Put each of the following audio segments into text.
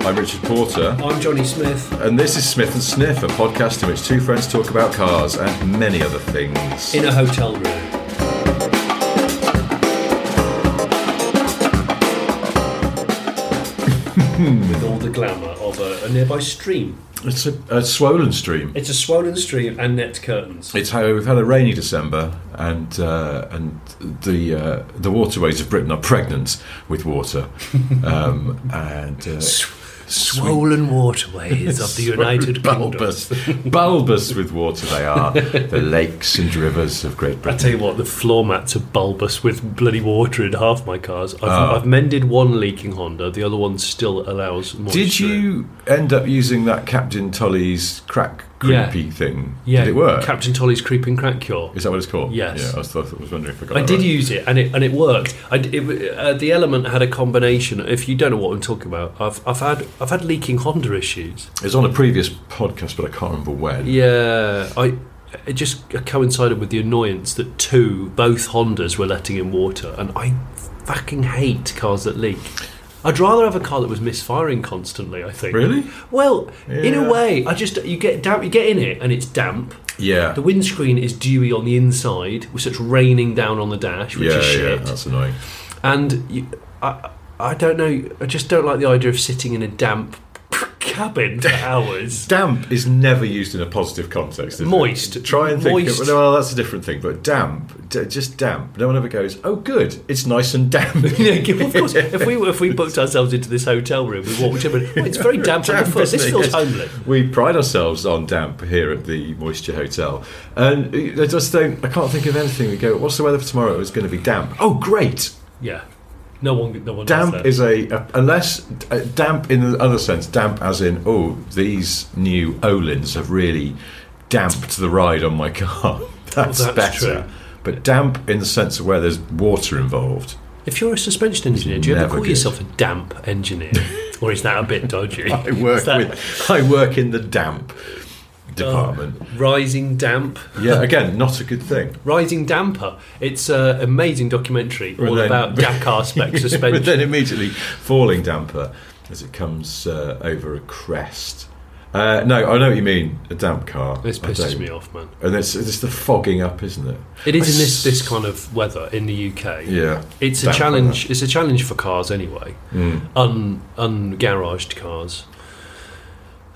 I'm Richard Porter, I'm Johnny Smith. and this is Smith and Sniff, a podcast in which two friends talk about cars and many other things. In a hotel room. With all the glamour of a, a nearby stream. It's a, a swollen stream. It's a swollen stream and net curtains. It's how we've had a rainy December, and uh, and the uh, the waterways of Britain are pregnant with water, um, and uh, swollen waterways of the United Kingdom. bulbous, bulbous with water they are. the lakes and rivers of Great I Britain. tell you what, the floor mats are bulbous with bloody water in half my cars. I've, I've mended one leaking Honda, the other one still allows moisture. Did you end up using that Captain Tolly's crack Yeah. creepy thing? Yeah, Did it work? Captain Tolly's Creeping Crack Cure. Is that what it's called? Yes. Yeah, I was, I was wondering if I got I that did right. use it, and it and it worked. I d it, uh, the element had a combination. If you don't know what I'm talking about, I've I've had I've had leaking Honda issues. It was on a previous podcast, but I can't remember when. Yeah, I it just coincided with the annoyance that two both Hondas were letting in water, and I fucking hate cars that leak. I'd rather have a car that was misfiring constantly. I think. Really? Well, in Yeah. a way, I just you get damp, you get in it, and it's damp. Yeah. The windscreen is dewy on the inside, so it's raining down on the dash, which yeah, is yeah, shit. that's annoying. And you, I, I don't know. I just don't like the idea of sitting in a damp cabin for hours. Damp is never used in a positive context. is it? Moist. Try and think. Moist. Of, well, that's a different thing. But damp, d- just damp. No one ever goes, "Oh, good, it's nice and damp." Yeah, of course. If we if we booked ourselves into this hotel room, we walked in and oh, it's very damp on the Damp, floor. This isn't it? feels Yes. homely. We pride ourselves on damp here at the Moisture Hotel, and uh, I just don't. I can't think of anything. We go, "What's the weather for tomorrow?" It's going to be damp. Oh, great. Yeah, no one no one does Damp that. is a, a unless uh, damp in the other sense, damp as in oh these new Olins have really damped the ride on my car. that's, Well, that's better. true. But damp in the sense of where there's water involved. If you're a suspension engineer, do you ever never call good. yourself a damp engineer, or is that a bit dodgy? I work that- with I work in the damp department. Oh. Rising damp, Yeah, again, not a good thing. rising damper. It's an amazing documentary all then- about Dakar spec suspension. But then immediately falling damper as it comes uh, over a crest. Uh, no, I know what you mean. A damp car. this I pisses don't. me off, man. And it's, it's the fogging up, isn't it? It is in this this kind of weather in the UK. Yeah. It's a Damp challenge. It's a challenge for cars anyway, Mm. un ungaraged cars.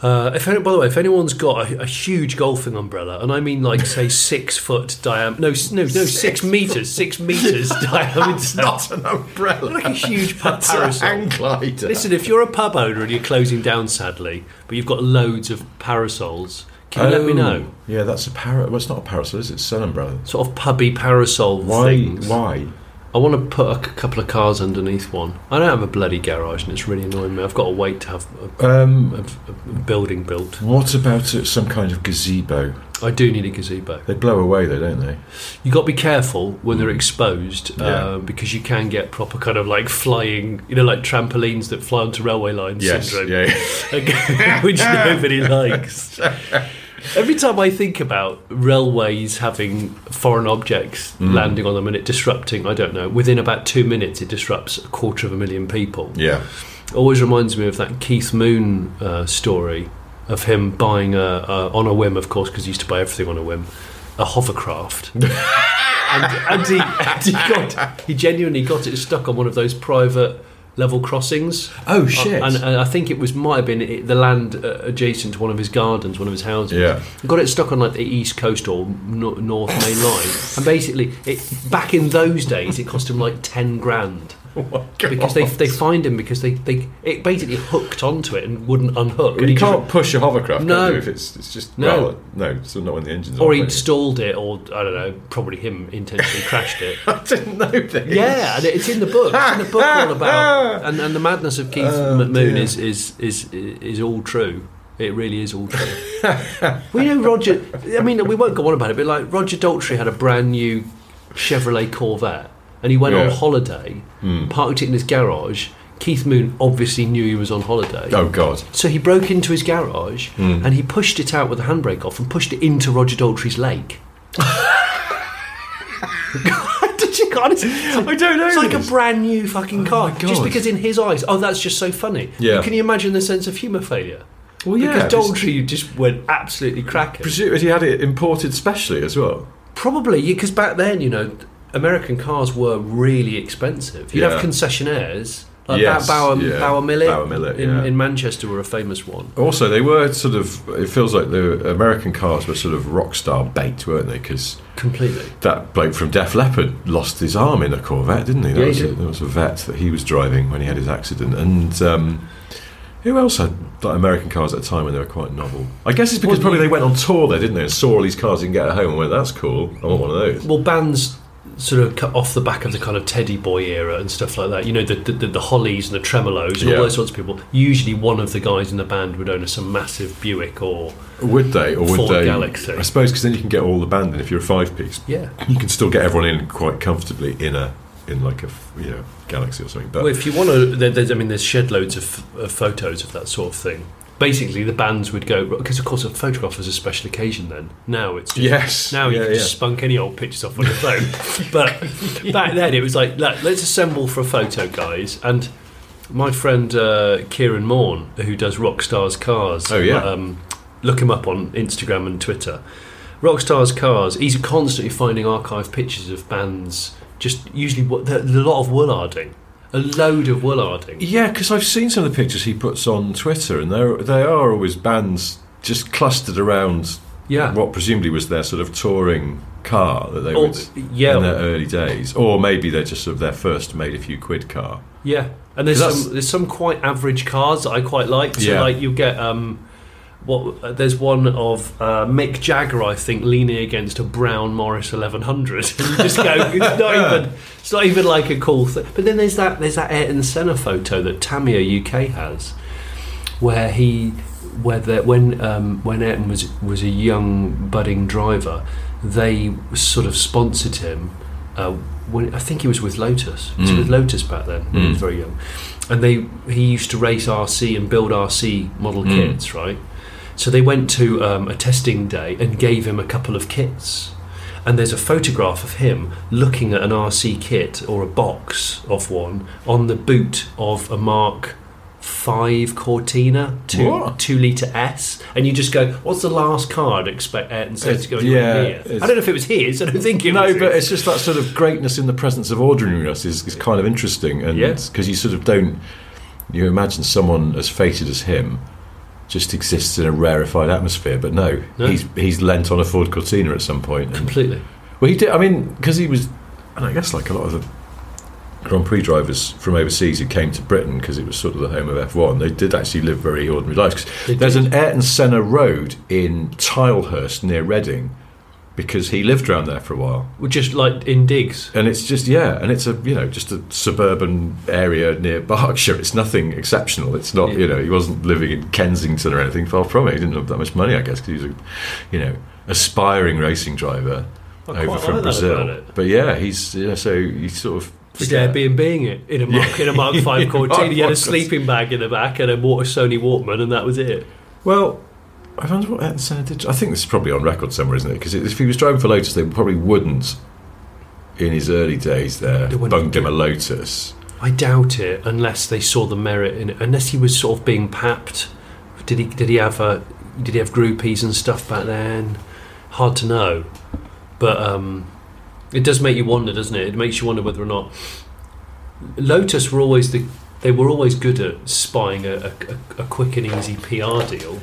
Uh, if any, by the way, if anyone's got a, a huge golfing umbrella, and I mean like say six foot diameter, no, s- no, no, six, meters, six meters diameter, It's not an umbrella. like a huge pub It's a parasol. hang glider. Listen, if you're a pub owner and you're closing down sadly, but you've got loads of parasols, can you let me Oh, know? Yeah, that's a parrot. Well, it's not a parasol, is it? It's an umbrella. Sort of pubby parasol Why? things. Why? I want to put a c- couple of cars underneath one. I don't have a bloody garage, and it's really annoying me. I've got to wait to have a, Um, a- a building built. what about uh, some kind of gazebo? I do need a gazebo. They blow away, though, don't they? You got to be careful when they're exposed Yeah. uh, because you can get proper kind of like flying, you know, like trampolines that fly onto railway lines syndrome, Yeah. which nobody likes. Every time I think about railways having foreign objects landing on them and it disrupting, I don't know, within about two minutes it disrupts a quarter of a million people. yeah. always reminds me of that Keith Moon uh, story of him buying a, a on a whim, of course, because he used to buy everything on a whim, a hovercraft. and, and he, and he got he genuinely got it stuck on one of those private level crossings. Oh, shit. And, and I think it was might have been it, the land uh, adjacent to one of his gardens, one of his houses. Yeah. Got it stuck on like the east coast or no, north main line, and basically, it, back in those days, it cost him like ten grand Oh my God. because they they find him because they, they it basically hooked onto it and wouldn't unhook. And you he just- can't push a hovercraft. No. can you, if it's it's just No. well, no, it's not when the engine's or on. he can you? stalled it, or I don't know, probably him intentionally crashed it. I didn't know this. Yeah, and it's in the book. It's in the book all about, and, and the madness of Keith Oh, McMoon is, is is is all true. It really is all true. we know Roger. I mean, we won't go on about it, but like Roger Daltrey had a brand new Chevrolet Corvette, and he went on Yeah. Hmm. holiday, parked it in his garage. Keith Moon obviously knew he was on holiday. Oh God. So he broke into his garage Hmm. and he pushed it out with the handbrake off and pushed it into Roger Daltrey's lake. Did you God, it's, I don't know It's like this. Oh a brand new fucking car. just God. because in his eyes, oh, that's just so funny. Yeah. Can you imagine the sense of humour failure? Well, yeah, Because Daltrey just went absolutely cracking. Presume he had it imported specially as well. Probably because back then, you know, American cars were really expensive. You'd Yeah. have concessionaires like Yes, Bauer, yeah. Bauer Millet, Bauer Millet, in, yeah. in Manchester were a famous one. Also, they were sort of. It feels like the American cars were sort of rock star bait, weren't they? Because Completely. that bloke from Def Leppard lost his arm in a Corvette, didn't he? That Yeah, he was A, did. there was a vet that he was driving when he had his accident. And um, who else had like, American cars at a time when they were quite novel? I guess it's because Well, probably you- they went on tour there, didn't they? And saw all these cars and get at home and went, "That's cool. I want one of those." well bands sort of cut off the back of the kind of teddy boy era and stuff like that you know the the, the, the hollies and the tremolos and Yeah. all those sorts of people usually one of the guys in the band would own a some massive buick or Would they, or would Ford they? Galaxy. I suppose because then you can get all the band in if you're a five piece. yeah You can still get everyone in quite comfortably in a in like a f- you know Galaxy or something. But well if you want to there, there's i mean there's shed loads of, of photos of that sort of thing basically the bands would go because of course a photograph was a special occasion then now it's just yes, Now you yeah, can just spunk any old pictures off on your phone. but back then it was like, "Look, let's assemble for a photo, guys. And my friend uh, Kieran Morn, who does Rockstar's Cars, Oh, yeah. um, look him up on Instagram and Twitter. Rockstar's Cars, he's constantly finding archive pictures of bands, just usually what, a lot of willarding, a load of willarding. Yeah, because I've seen some of the pictures he puts on Twitter, and they they are always bands just clustered around Yeah. what presumably was their sort of touring car that they Or- would yeah. in their early days, or maybe they're just sort of their first made a few quid car. Yeah, and there's 'Cause some, there's some quite average cars that I quite like. So Yeah. like you get um, what uh, there's one of uh, Mick Jagger I think leaning against a brown Morris 1100. And you just go, it's not even it's not even like a cool thing. But then there's that there's that Ayrton Senna photo that Tamiya UK has, where he where the, when um, when Ayrton was was a young budding driver, they sort of sponsored him. Uh, when, I think he was with Lotus. He was with Lotus back then. When he Hmm. was very young, and they he used to race RC and build RC model Hmm. kits, right? So they went to um, a testing day and gave him a couple of kits. And there's a photograph of him looking at an RC kit or a box of one on the boot of a Mark Five Cortina two What? two liter S, and you just go, "What's the last card?" Expect Ayrton Senna It's- to go yeah, here. it's- I don't know if it was his. I don't think it No, was. but his. it's just that sort of greatness in the presence of ordinariness is, is kind of interesting, and Yeah. because you sort of don't you imagine someone as fated as him just exists in a rarefied atmosphere, but no, No. he's he's lent on a Ford Cortina at some point. and- completely. Well, he did. I mean, because he was, and I guess like a lot of the Grand Prix drivers from overseas who came to Britain because it was sort of the home of F1, they did actually live very ordinary lives. 'Cause They there's an Ayrton Senna road in Tilehurst near Reading because he lived around there for a while. Well, Just like in digs. And it's just yeah, and it's a you know just a suburban area near Berkshire. It's nothing exceptional. It's not Yeah. you know he wasn't living in Kensington or anything. Far from it. He didn't have that much money, I guess, because he was a you know aspiring racing driver I quite over like from that about Brazil. it. But yeah, he's you know, so he sort of Just Airbnb-ing it in a Mark, in a Mark Five Cortina. He had a Mark- sleeping bag in the back and a water Sony Walkman, and that was it. Well, I wonder what Ayrton Senna did. I think this is probably on record somewhere, isn't it? Because if he was driving for Lotus, they probably wouldn't in his early days there They wouldn't. bunged him a Lotus. I doubt it, unless they saw the merit in it. Unless he was sort of being papped. Did he? Did he have a? Did he have groupies and stuff back then? Hard to know, but um, it does make you wonder, doesn't it? It makes you wonder whether or not Lotus were always the. They were always good at spying a, a, a quick and easy PR deal.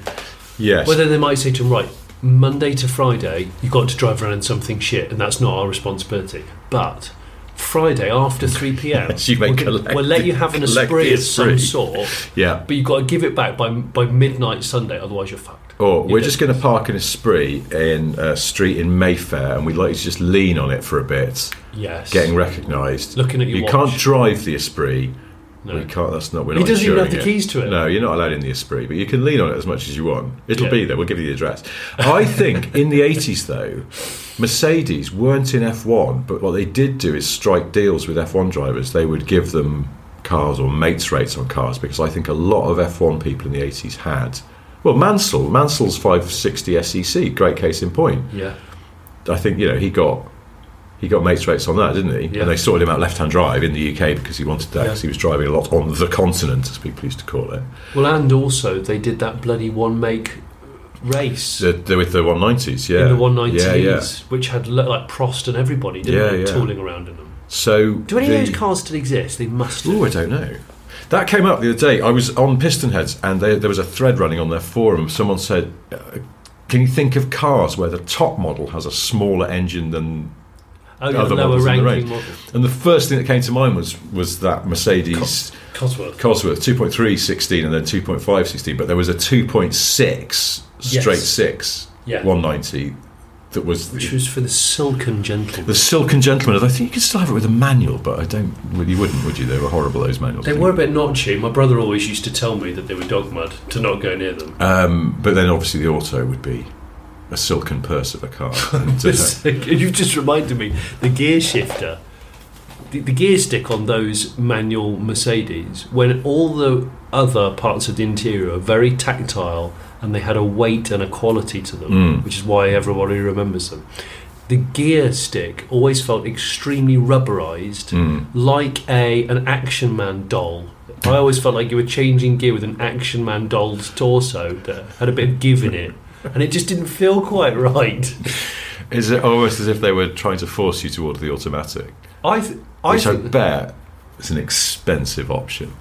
Yes. Well, then they might say to him, right, Monday to Friday, you've got to drive around in something shit, and that's not our responsibility. But Friday after 3 p.m. Yes, you may we'll, gi- collect we'll let you have an the- collect esprit the of some esprit. sort. Yeah. But you've got to give it back by by midnight Sunday, otherwise you're fucked. Or You we're know? just going to park in a spree in a street in Mayfair, and we'd like you to just lean on it for a bit, yes. getting recognised. Looking at your you watch. can't drive the Esprit. No. We can't. That's not. We're He not doesn't even insuring have the keys to it. No, you're not allowed in the Esprit, but you can lean on it as much as you want. It'll Yeah. be there. We'll give you the address. I think in the 80s though, Mercedes weren't in F1, but what they did do is strike deals with F1 drivers. They would give them cars or mates rates on cars because I think a lot of F1 people in the 80s had. Well, Mansell, Mansell's 560 SEC, E great case in point. Yeah. I think you know he got he got mates rates on that, didn't he? Yeah. And they sorted him out left hand drive in the UK because he wanted that Yeah. because he was driving a lot on the continent, as people used to call it, Well, and also they did that bloody one make race so, the- with the one nineties. Yeah, in the 190s, Yeah, yeah. which had lo- like Prost and everybody, didn't Yeah, they? yeah. Tooling around in them. So Do any the, of those cars still exist? They must. do. Oh, I don't know. That came up the other day. I was on Pistonheads and they, there was a thread running on their forum. Someone said, uh, "Can you think of cars where the top model has a smaller engine than Oh, yeah, other lower models in the range. ranking model. And the first thing that came to mind was was that Mercedes Cosworth. Cosworth 2.3 16 and then 2.5 16, but there was a 2.6 straight Yes. 6 Yeah. 190 that was Which the, was for the silken gentleman. the Silken Gentleman. I think you could still have it with a manual, but I don't. Well, you wouldn't, would you? They were horrible, those manuals. They I think. were a bit notchy. My brother always used to tell me that they were dog mud to not go near them. Um, but then obviously the auto would be a silken purse of a car. And, uh, You've just reminded me the gear shifter, the, the gear stick on those manual Mercedes, when all the other parts of the interior are very tactile and they had a weight and a quality to them, which is why everybody remembers them. The gear stick always felt extremely rubberized, like a an Action Man doll. I always felt like you were changing gear with an Action Man doll's torso that had a bit of give in it, and it just didn't feel quite right. is it almost as if they were trying to force you to order the automatic? I, th- I which I think bet is an expensive option.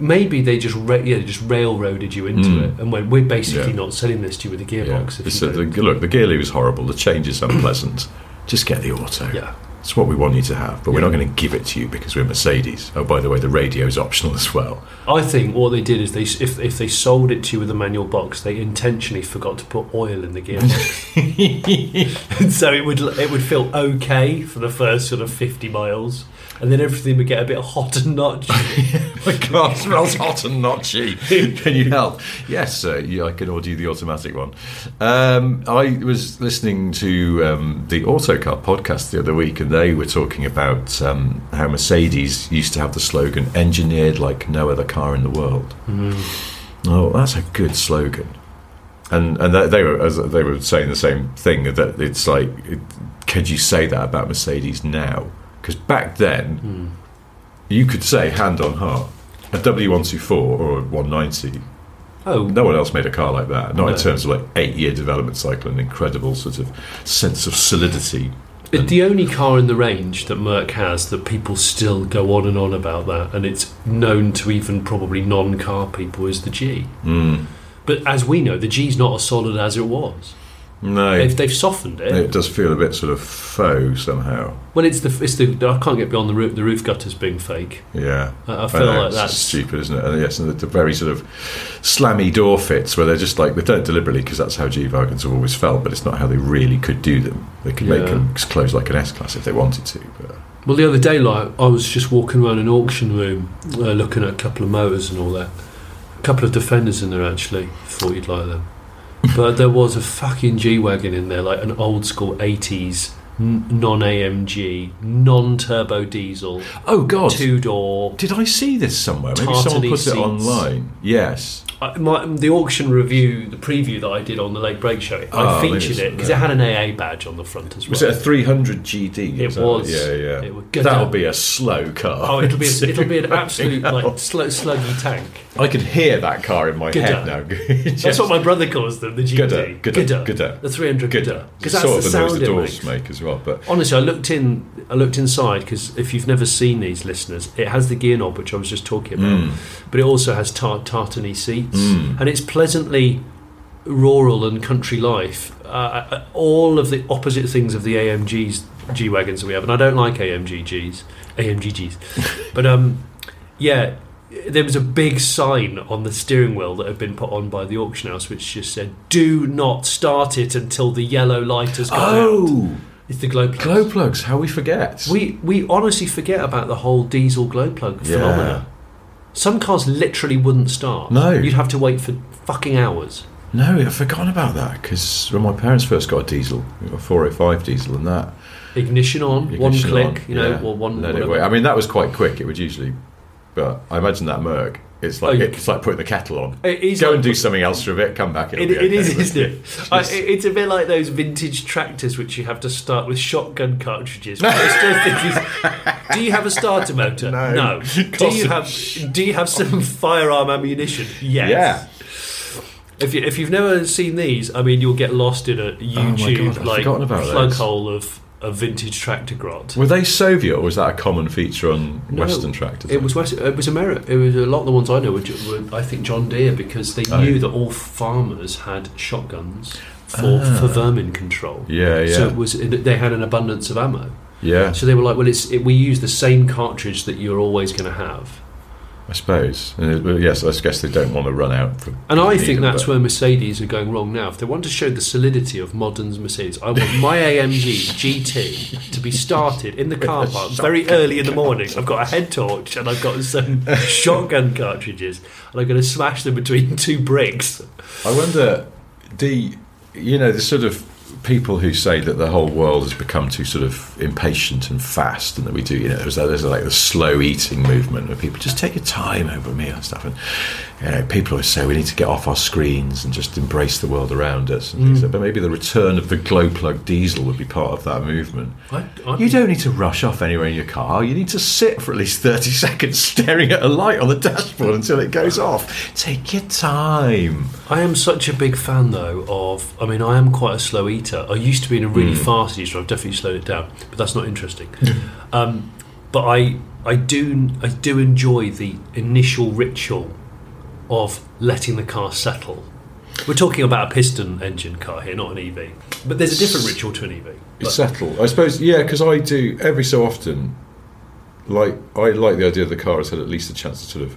maybe they just ra- yeah, they just railroaded you into Mm. it and went, we're basically Yeah. not selling this to you with a Yeah. gearbox. If So you the, don't. look, the gear was horrible. The change is unpleasant. Just get the auto. yeah, It's what we want you to have, but we're not going to give it to you because we're Mercedes. Oh, by the way, the radio's optional as well. I think what they did is they s- if, if they sold it to you with a manual box, they intentionally forgot to put oil in the gearbox, and so it would l- it would feel okay for the first sort of fifty miles, and then everything would get a bit hot and notchy. My car smells hot and notchy. Can you help? Yes, sir. Yeah, I can order you the automatic one. Um, I was listening to um, the Autocar podcast the other week, and they were talking about um, how Mercedes used to have the slogan "engineered like no other car in the world." Oh, that's a good slogan. And and they, they were as they were saying the same thing that it's like, it, could you say that about Mercedes now? Because back then, you could say hand on heart a W124 or a 190. oh, No one else made a car like that. Not No. in terms of like eight year development cycle and incredible sort of sense of solidity. But the only car in the range that Merck has that people still go on and on about that, and it's known to even probably non car people, is the G. But as we know, the G's not as solid as it was. No, They've, they've softened it. it does feel a bit sort of faux somehow. Well, it's the, it's the I can't get beyond the roof, the roof gutters being fake. Yeah. I, I feel know, like it's that's stupid, isn't it? And yes, and the, the very sort of slammy door fits where they're just like they don't deliberately because that's how G wagons have always felt, but it's not how they really could do them. They could make Yeah. them s- close like an S class if they wanted to, but Well, the other day, like I was just walking around an auction room, uh, looking at a couple of motors and all that. A couple of defenders in there actually. Thought you'd like them, but there was a fucking G wagon in there, like an old school '80s n- non-AMG, non-turbo diesel, oh god, two-door. did I see this somewhere? Maybe Tartany someone put seats. it online. Yes, I, my, the auction review, the preview that I did on the Late Break Show, I Ah, maybe featured it's it because it there. had an AA badge on the front as well. was it a 300 GD? It Is that- was. Yeah, yeah. It would go That'll down. be a slow car. Oh, it'll be a, it'll be an absolute like Hell. slu- sluggy tank. I could hear that car in my Good head down. now. That's what my brother calls them, the GT. Gooder, gooder, Gooder. gooder. The 300 good. gooder. Because It's that's sort the of the sound noise the it doors makes. make as well, but Honestly, I looked in. I looked inside because if you've never seen these listeners, it has the gear knob which I was just talking about, but it also has tar- tartany seats, and it's pleasantly rural and country life. Uh, uh, all of the opposite things of the AMGs G wagons that we have, and I don't like AMGGs, AMGGs, but um, yeah, there was a big sign on the steering wheel that had been put on by the auction house, which just said, "Do not start it until the yellow light has gone out." Oh, It's the glow plug. glow plugs. How we forget? We we honestly forget about the whole diesel glow plug Yeah. phenomenon. Some cars literally wouldn't start. No. you'd have to wait for fucking hours. No, I've forgotten about that because when my parents first got a diesel, we got a 405 diesel and that. Ignition on, ignition one on, click, you know, yeah, or one. let it whatever. wait. I mean, that was quite quick. It would usually, but I imagine that Merc, it's like Oh, you- it's like putting the kettle on. It is Go like- and do something else for a bit. Come back. it'll It, be it okay, is, won't isn't you? it? I, it's a bit like those vintage tractors which you have to start with shotgun cartridges. But I still think it's- do you have a starter motor? No. Do you have Do you have some firearm ammunition? Yes. Yeah. If, you, if you've never seen these, I mean, you'll get lost in a Oh God, YouTube I've like forgotten about plug those. hole of a vintage tractor grot. Were they Soviet or was that a common feature on No, Western tractors? It was West, it was America. It was a lot of the ones I know were, ju- were I think John Deere because they Oh. knew that all farmers had shotguns for for vermin control. Ah. Yeah, yeah, So it was they had an abundance of ammo. yeah. So they were like, well, it's it, we use the same cartridge that you're always going to have. I suppose. Uh, well, yes, I guess they don't want to run out. For, And I need think them, that's but- where Mercedes are going wrong now. If they want to show the solidity of modern Mercedes, I want my AMG GT to be started in the car park very early in the morning. I've got a head torch and I've got some shotgun cartridges, and I'm going to smash them between two bricks. I wonder, the you know the sort of people who say that the whole world has become too sort of impatient and fast, and that we do you know there's, that- there's like the slow eating movement where people just take your time over a meal and stuff, and you know people always say we need to get off our screens and just embrace the world around us. And things like, but maybe the return of the glow plug diesel would be part of that movement. I, I, You don't need to rush off anywhere in your car. You need to sit for at least 30 seconds staring at a light on the dashboard until it goes off. Take your time. I am such a big fan, though, of. I mean, I am quite a slow eater. I used to be in a really fast eater. I've definitely slowed it down, but that's not interesting. um, but I, I do, I do enjoy the initial ritual of letting the car settle. We're talking about a piston engine car here, not an EV. But there's a different ritual to an E EV. But- settle. I suppose, yeah, because I do every so often. Like I like the idea of the car has had at least a chance to sort of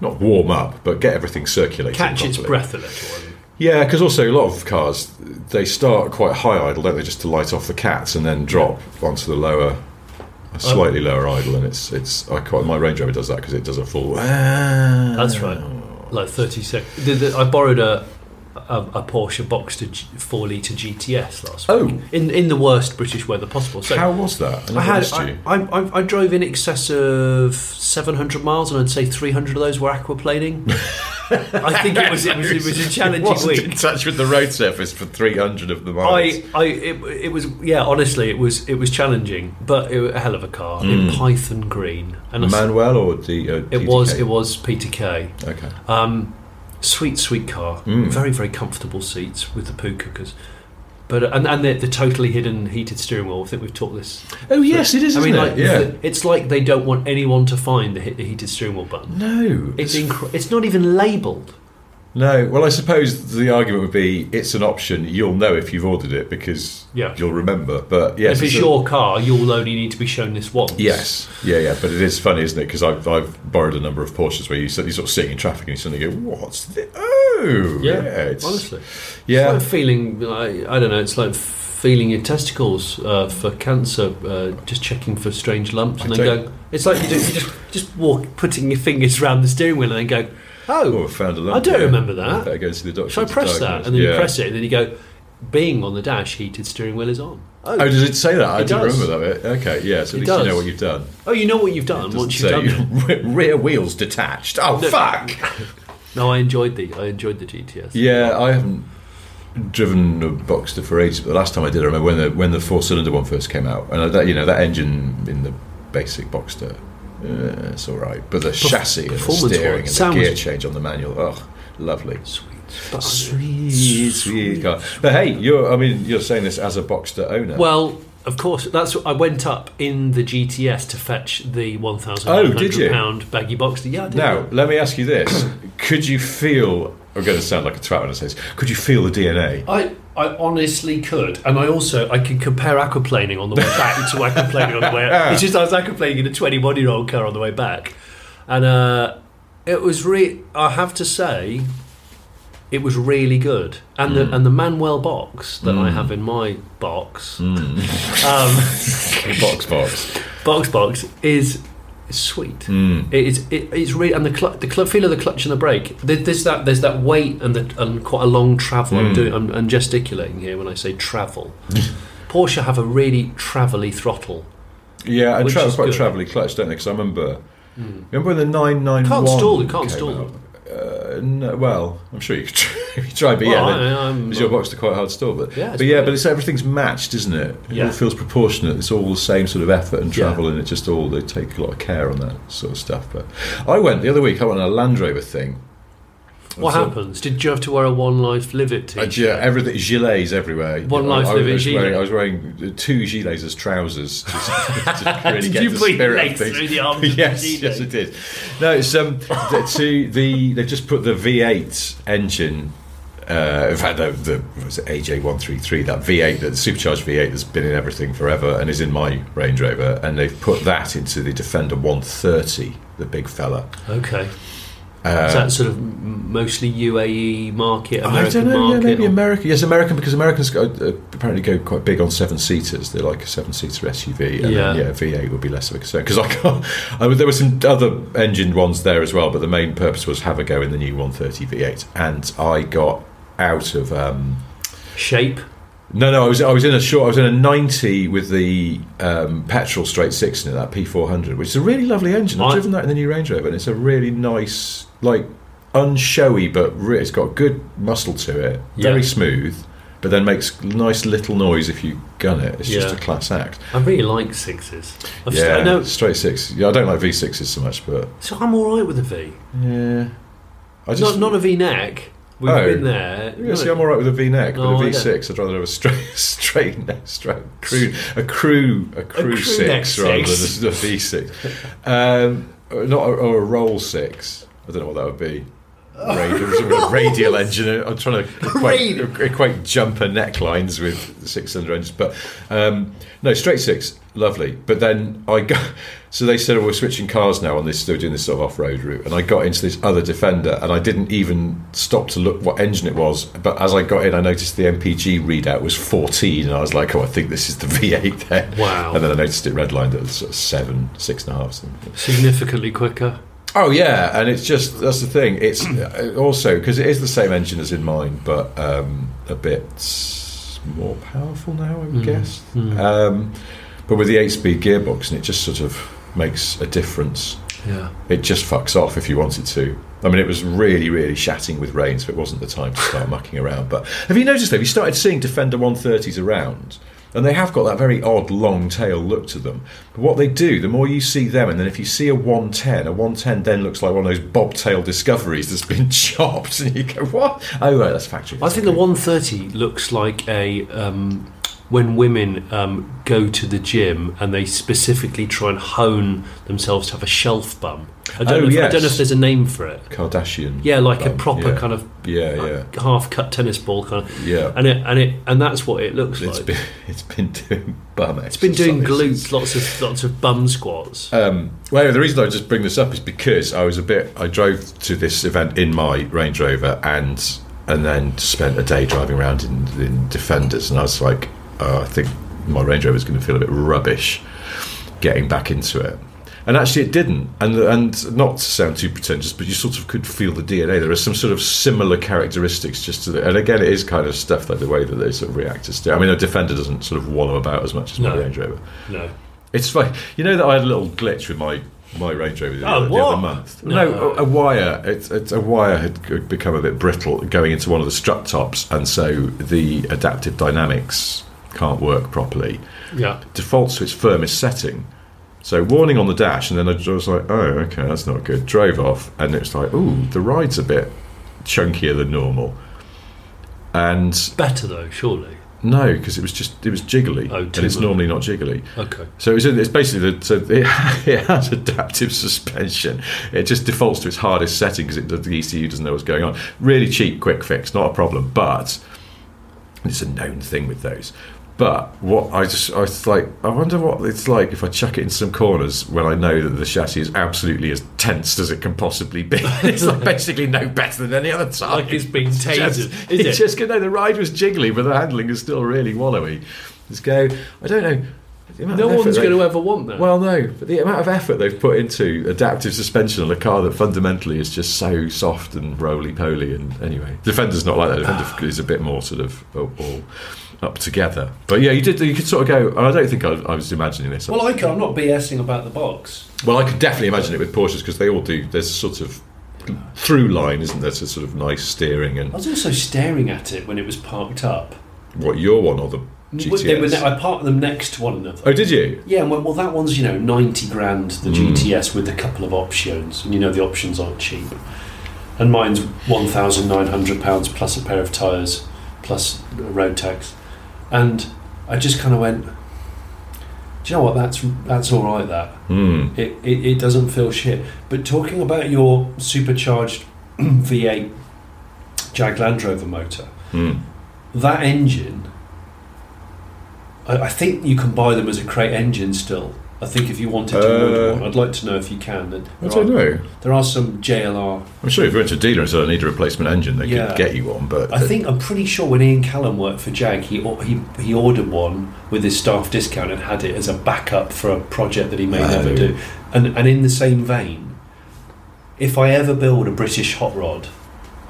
not warm up, but get everything circulating. catch its properly. breath a little. and- Yeah, because also a lot of cars they start quite high idle, don't they? Just to light off the cats and then drop onto the lower, Uh, a slightly lower idle, and it's it's. I quite my Range Rover does that because it does a full. That's That's right. Like 30 seconds. The, the, I borrowed a, a, a Porsche Boxster G, 4 litre GTS last Oh. week. In, in the worst British weather possible. So How was that? I, I had, missed I, you. I, I, I drove in excess of 700 miles, and I'd say 300 of those were aquaplaning. I think it was, it was, it was a challenging wasn't week. in touch with the road surface for three hundred of the miles. I, I, it, it was, yeah. Honestly, it was, it was challenging, but it was a hell of a car Hmm. in Python green, and I s- Manuel or D? Uh, it was, it was Peter Kay. Okay. Um, sweet, sweet car. Hmm. Very, very comfortable seats with the poo cookers. But and and the, the totally hidden heated steering wheel. I think we've talked this. oh yes, it is. I mean, isn't like it? yeah. the- it's like they don't want anyone to find the, he- the heated steering wheel button. no, It's incre- It's not even labelled. no. Well, I suppose the argument would be it's an option. You'll know if you've ordered it because Yeah. you'll remember. But yes, if it's a- your car, you'll only need to be shown this once. Yes, yeah, yeah, but it is funny, isn't it? Because I've, I've borrowed a number of Porsches where you sort- you're sort of sitting in traffic and you suddenly go, "What's the oh?" Yeah. it's, honestly. yeah. It's like feeling. Like, I don't know. It's like feeling your testicles uh, for cancer. Uh, just checking for strange lumps and I then don't- going. It's like you, do, you just just walk, putting your fingers around the steering wheel and then go. Oh, I found a lump. I don't yeah. remember that. Better go to the doctor. Should I to press that? diagnose. And then Yeah. you press it, and then you go, "Bing" on the dash. Heated steering wheel is on. Oh, does it say that? I It didn't does. remember that. bit. Okay, yeah. So at least It you does. know what you've done. Oh, you know what you've done once So you've done. you- that. re- rear wheels detached. Oh No. fuck! No, I enjoyed the. I enjoyed the GTS. Yeah, I haven't driven a Boxster for ages, but the last time I did, I remember when the when the four cylinder one first came out, and I- that you know that engine in the basic Boxster, uh, it's all right, but the chassis and the performance-wise, steering and the sound- gear change on the manual, oh, lovely. Sweet. But- Sweet, sweet car. But hey, you're—I mean—you're saying this as a Boxster owner. Well, of course, that's I went up in the GTS to fetch the one thousand Oh, did pound you? baggy box. Yeah, I did. now let me ask you this: Could you feel? I'm going to sound like a twat when I say this. Could you feel the DNA? I, I honestly could, and I also I can compare aquaplaning on the way back to aquaplaning on the way. up. It's just I was aquaplaning in a twenty-one-year-old car on the way back, and uh, it was re. I have to say, it was really good, and the and the Manuel box that I have in my box, um, box, box. box box is. is Sweet. Hmm. It is. It, it's really and the cl- the cl- feel of the clutch and the brake. There, there's that. There's that weight and the and quite a long travel. Hmm. I'm doing. I'm, I'm gesticulating here when I say travel. Porsche have a really travelly throttle. Yeah, and Which tra- is quite good. Hmm. travelly clutch, don't they? Because I remember. Remember when the nine nine Can't one stall it, can't stall it. Uh, no, well, I'm sure you could try, try but yeah, Well, then- I- I'm- it's your box to quite hard stall, but Yeah, it's but yeah, brilliant. but it's everything's matched, isn't it? It Yeah. all feels proportionate. It's all the same sort of effort and Yeah. travel, and it just all they take a lot of care on that sort of stuff. But I went the other week. I went on a Land Rover thing. What So- happens? Did you have to wear a one life live it Uh, t yeah, everything gilets everywhere. One You know, life I, I living was gilet. Wearing, I was wearing two gilets as trousers. Just, to really Did get you the put your spirit of legs things. through the arms of the yes, gilet? yes, it did. No, it's um, the, to the they've just put the V8 engine. Uh, in fact, the, the what was it AJ133, that V8, that supercharged V8 that's been in everything forever and is in my Range Rover, and they've put that into the Defender 130, the big fella. Okay. Is that sort of m- mostly UAE market, American Uh, I don't know, market? Yeah, maybe or- American. Yes, American because Americans go, uh, apparently go quite big on seven seaters. They're like a seven seater SUV. And yeah, Yeah. then, yeah. V8 would be less of a concern because I can't. I mean, there were some other engine ones there as well, but the main purpose was have a go in the new 130 V8, and I got out of. Um, Shape. no, no, I was I was in a short, I was in a ninety with the um, petrol straight six in it, that P four hundred, which is a really lovely engine. I've I- driven that in the new Range Rover, and it's a really nice, like unshowy, but re- it's got good muscle to it, very Yeah. smooth, but then makes nice little noise if you gun it. It's just Yeah. a class act. I really like sixes. I've yeah, st- I know, straight six. Yeah, I don't like V sixes so much, but so I'm all right with a V. yeah, I just. Not, not a V neck. We've Oh. been there. yeah, see, I'm all right with a V-neck, No, but a Oh, I don't. V6, I'd rather have a straight, straight, neck, straight crew, a crew, a crew, crew neck six rather six. than a V6, um, or not a, or a roll six. I don't know what that would be. Radial, some kind of radial engine. uh, I'm trying to equate, equate jumper necklines with six-cylinder engines, but um, no, straight six, lovely. But then I got so they said oh, we're switching cars now on this. They're doing this sort of off-road route, and I got into this other Defender, and I didn't even stop to look what engine it was. But as I got in, I noticed the MPG readout was 14, and I was like, oh, I think this is the V8 there. Wow. And then I noticed it redlined at sort of seven, six and a half, something. Significantly quicker. Oh yeah, and it's just that's the thing. It's uh, also because it is the same engine as in mine, but um, a bit s- more powerful now, I would guess. Um, but with the eight-speed gearbox, and it just sort of makes a difference. Yeah. It just fucks off if you wanted to. I mean, it was really, really shatting with rain, so it wasn't the time to start mucking around. But have you noticed? Have you started seeing Defender 130s around? And they have got that very odd long tail look to them. But what they do, the more you see them, and then if you see a 110, a 110 then looks like one of those bobtail discoveries that's been chopped, and you go, "What? Oh, right, that's factory." I think the 130 looks like a um, when women um, go to the gym and they specifically try and hone themselves to have a shelf bum. I don't, Oh, know, if, I yes. don't know if there's a name for it. Kardashian. Yeah, like a bum, proper yeah. kind of Yeah, yeah, half cut tennis ball kind of. Yeah. And it and it and that's what it looks it's like. been it's been doing bum. it's been doing glutes, lots of lots of bum squats. Um, well, anyway, the reason I just bring this up is because I was a bit. I drove to this event in my Range Rover and and then spent a day driving around in, in Defenders, and I was like, oh, I think my Range Rover's going to feel a bit rubbish getting back into it. And actually, it didn't. And and not to sound too pretentious, but you sort of could feel the DNA. There are some sort of similar characteristics just to the. And again, it is kind of stuff like the way that they sort of react to steering. I mean, a Defender doesn't sort of wallow about as much as my No. Range Rover. no. It's funny. You know that I had a little glitch with my my Range Rover the, Oh, other, the what? other month. No, No. a, a wire. It's, it's a wire had g- become a bit brittle going into one of the strut tops, and so the adaptive dynamics can't work properly. Yeah. Defaults to its firmest setting. So warning on the dash, and then I j- I was like, "Oh, okay, that's not good." Drove off, and it's like, "Ooh, the ride's a bit chunkier than normal." And Better though, surely. No, because it was just it was jiggly, Oh, and it's jiggly. normally not jiggly. Okay. So it's, it's basically the, so it, it has adaptive suspension. It just defaults to its hardest setting because the ECU doesn't know what's going on. Really cheap, quick fix, not a problem. But it's a known thing with those. But what I just I was like I wonder what it's like if I chuck it in some corners when I know that the chassis is absolutely as tensed as it can possibly be. it's like basically no better than any other time. Like it's been tasered, Just, is it's it? just no, the ride was jiggly, but the handling is still really wallowy. Just go. I don't know. the amount No of effort one's they- going to ever want that. Well, no, but the amount of effort they've put into adaptive suspension on a car that fundamentally is just so soft and roly poly. And anyway, Defender's not like that. Defender is a bit more sort of all all up together. But yeah, you did. You could sort of go. I don't think I, I was imagining this. well, I can. I'm not BSing about the box. Well, I could definitely imagine it with Porsches because they all do. There's a sort of through line, isn't there? To sort of nice steering I and was also staring at it when it was parked up. what your one or the Well, They were ne- GTS. I parked them next to one another. Oh, did you? Yeah, well, well, that one's you know ninety grand the GTS with a couple of options, and you know the options aren't cheap. And mine's one thousand nine hundred pounds plus a pair of tyres, plus a road tax, and I just kind of went, do you know what? That's that's all right. That Hmm. it, it, it doesn't feel shit. But talking about your supercharged V8 Jag Land Rover motor, Mm. that engine, I, I think you can buy them as a crate engine still. I think if you wanted to order Uh, one, I'd like to know if you can. There I don't are, know. there are some JLR. I'm sure if you went to a dealer and said I need a replacement engine, they Yeah. could get you one. But I think I'm pretty sure when Ian Callum worked for Jag, he or- he, he ordered one with his staff discount and had it as a backup for a project that he may Oh. never do. And and in the same vein, if I ever build a British hot rod,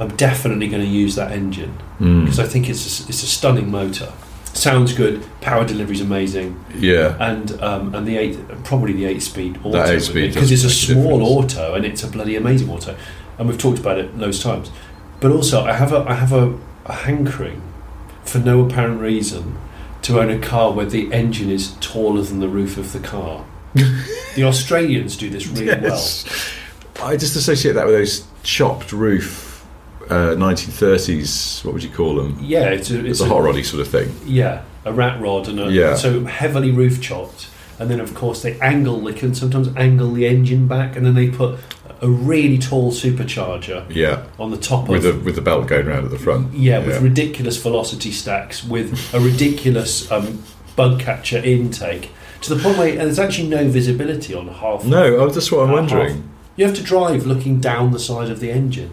I'm definitely going to use that engine Mm. because I think it's a s it's a stunning motor. Sounds good, power delivery's amazing. yeah, and um, and the eight probably the eight speed auto That eight speed because it's a does make a small auto and it's a bloody amazing auto and we've talked about it loads of times but also I have a I have a, a hankering for no apparent reason to own a car where the engine is taller than the roof of the car the Australians do this really yes. I just associate that with those chopped roof uh, 1930s. What would you call them? well yeah it's a, It's it's a hot roddy sort of thing. yeah a rat rod and a, Yeah. so heavily roof chopped and then of course they angle they can sometimes angle the engine back and then they put a really tall supercharger Yeah, on the top with of the with the belt going round at the front. yeah, with ridiculous velocity stacks, with a ridiculous um, bug catcher intake, to the point where there's actually no visibility on half. no, oh, that's what I'm half- wondering. You have to drive looking down the side of the engine.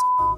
f-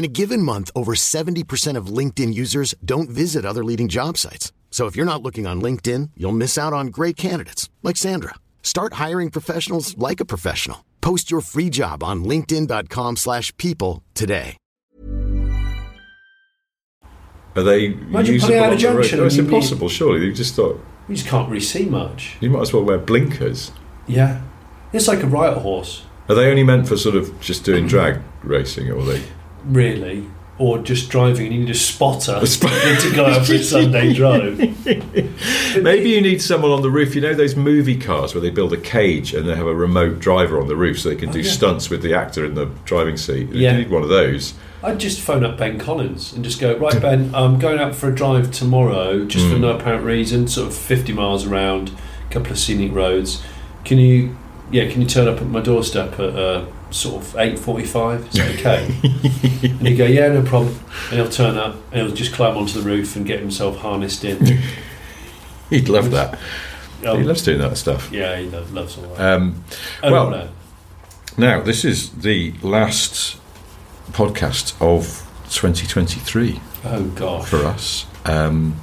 In a given month, over 70% of LinkedIn users don't visit other leading job sites. So if you're not looking on LinkedIn, you'll miss out on great candidates like Sandra. Start hiring professionals like a professional. Post your free job on linkedin.com/people slash people today. Are they Imagine usable pulling out on a the road? junction No, and it's you need- impossible. Surely you just thought You just can't really see much. you might as well wear blinkers. Yeah, it's like a riot horse, Are they only meant for sort of just doing drag racing, or are they? really, or just driving and you need a spotter A spot- to go out for a Sunday drive. Maybe you need someone on the roof. You know those movie cars where they build a cage and they have a remote driver on the roof so they can do Oh, yeah. stunts with the actor in the driving seat. Yeah. You need one of those. I'd just phone up Ben Collins and just go, right, Ben, I'm going out for a drive tomorrow, just Hmm. for no apparent reason, sort of 50 miles around, a couple of scenic roads. Can you, yeah, can you turn up at my doorstep at uh, sort of 8:45? Is that okay? and he'd go, yeah, no problem. And he'll turn up and he'll just climb onto the roof and get himself harnessed in. He'd love that. He Um, loves doing that stuff. yeah, he lo- loves all that. Um, oh, well- no. now, this is the last podcast of 2023 Oh gosh. for us. Um,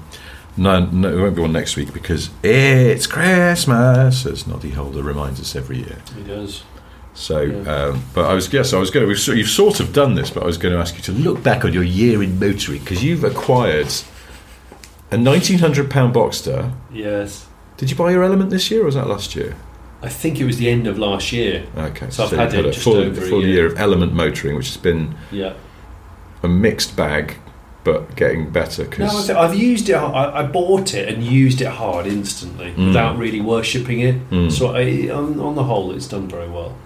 no, no, it won't be one next week because it's Christmas, as Noddy Holder reminds us every year. He does. So, um, but I was yes, I was going. to so You've sort of done this, but I was going to ask you to look back on your year in motoring because you've acquired a 1900 pound Boxster. Yes. Did you buy your Element this year, or was that last year? I think it was the end of last year. Okay, So I've you've had it a just full, over a full year. year of Element motoring, which has been Yeah. a mixed bag, but getting better No, I because th- I've used it. I, I bought it and used it hard instantly without really worshipping it. So I, on, on the whole, it's done very well.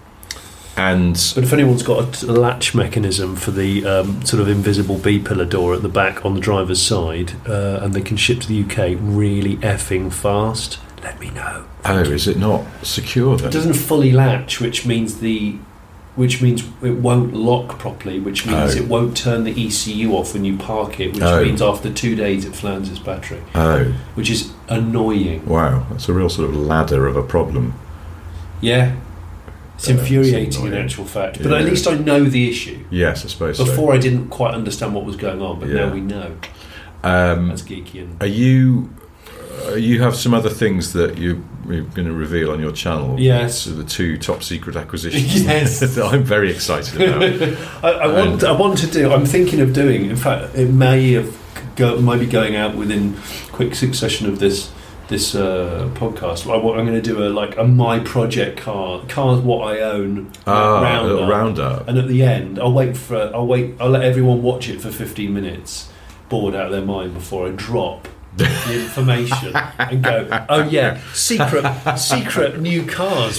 and But if anyone's got a t- a latch mechanism for the um, sort of invisible B pillar door at the back on the driver's side, uh, and they can ship to the UK really effing fast, let me know. oh, is it not secure then? It doesn't fully latch, which means the, which means it won't lock properly, which means Oh. it won't turn the ECU off when you park it, which Oh. means after two days it flans its battery, Oh, which is annoying. wow, that's a real sort of ladder of a problem. Yeah, it's Uh, it's infuriating in annoying. actual fact, but at Yeah. least I know the issue. Yes, I suppose so. Before I didn't quite understand what was going on, but Yeah. now we know. Um, That's geeky and Are you? Uh, you have some other things that you, you're going to reveal on your channel. Yes. So the two top secret acquisitions. Yes. that I'm very excited about. I, I want. Um, I want to do. I'm thinking of doing. In fact, it may have go, might be going out within quick succession of this this uh, podcast. I, am going to do a like a my project car cars what I own Ah, a roundup. little roundup. And at the end, I'll wait for. I'll wait. I'll let everyone watch it for 15 minutes, bored out of their mind, before I drop. the information and go. Oh yeah, secret, secret new cars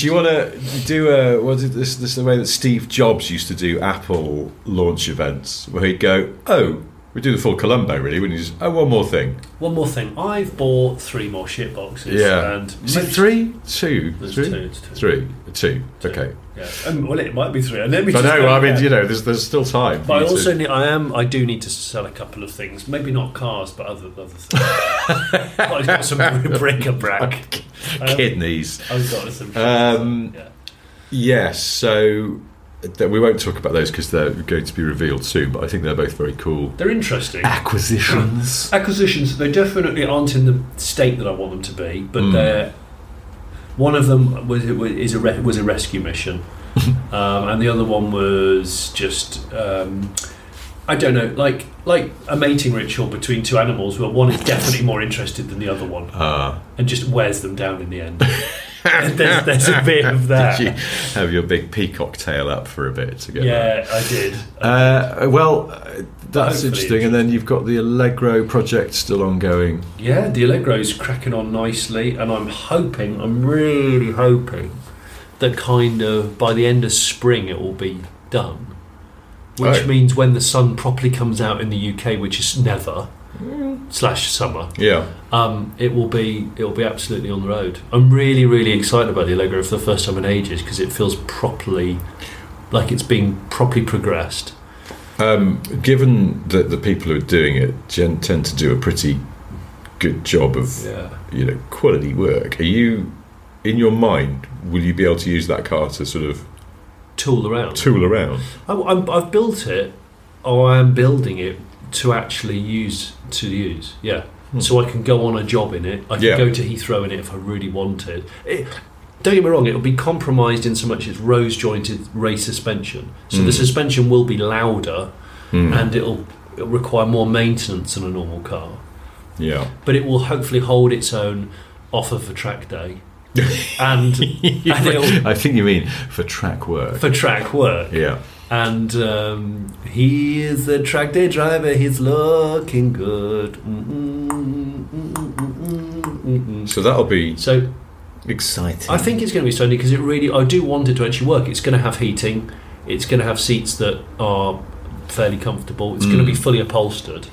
Do you want to do a what is this? This is the way that Steve Jobs used to do Apple launch events, where he'd go, "Oh, we do the full Columbo, really." When he's, "Oh, one more thing." One more thing. I've bought three more shit boxes. Yeah. And is it three, two, There's three? two, it's two. Three, two. Okay. Yeah. Um, well, it might be three. And let me. I just know. go I mean, back. you know, there's there's still time. for But I you to- also need. I am. I do need to sell a couple of things. Maybe not cars, but other other things. I've got some bric-a-brac. uh, kidneys. I've got some. shit. Um, Yeah. Yes, so th- we won't talk about those because they're going to be revealed soon, but I think they're both very cool. They're interesting. Acquisitions. acquisitions they definitely aren't in the state that I want them to be but Hmm. they're one of them was was- is a re- was a rescue mission um, and the other one was just um, I don't know like like a mating ritual between two animals where one is definitely more interested than the other one Ah. and just wears them down in the end there's, there's a bit of that Did you have your big peacock tail up for a bit to get that? yeah I did Uh, well, uh, that's Hopefully interesting. And then you've got the Allegro project still ongoing. Yeah, the Allegro's cracking on nicely, and I'm hoping, I'm really hoping that kind of by the end of spring it will be done. Which Oh. means when the sun properly comes out in the UK, which is never slash summer, Yeah. um, it will be it will be absolutely on the road. I'm really really excited about the Allegro for the first time in ages because it feels properly like it's being properly progressed. Given that the people who are doing it gen- tend to do a pretty good job of Yeah. you know quality work, are you in your mind? Will you be able to use that car to sort of Tool around. tool around? I, I'm, I've built it, or I am building it to actually use to use. Yeah, so I can go on a job in it. I can Yeah. go to Heathrow in it if I really wanted. It, don't get me wrong; it'll be compromised in so much it's rose jointed ray suspension, so the suspension will be louder, and it'll, it'll require more maintenance than a normal car. Yeah. But it will hopefully hold its own off of a track day, and, and it'll, I think you mean for track work. for track work. yeah. And um, he is a track day driver. He's looking good. Mm-mm, mm-mm, mm-mm, mm-mm. So that'll be So exciting. I think it's going to be Sony because it really. I do want it to actually work. It's going to have heating. It's going to have seats that are fairly comfortable. It's going to be fully upholstered.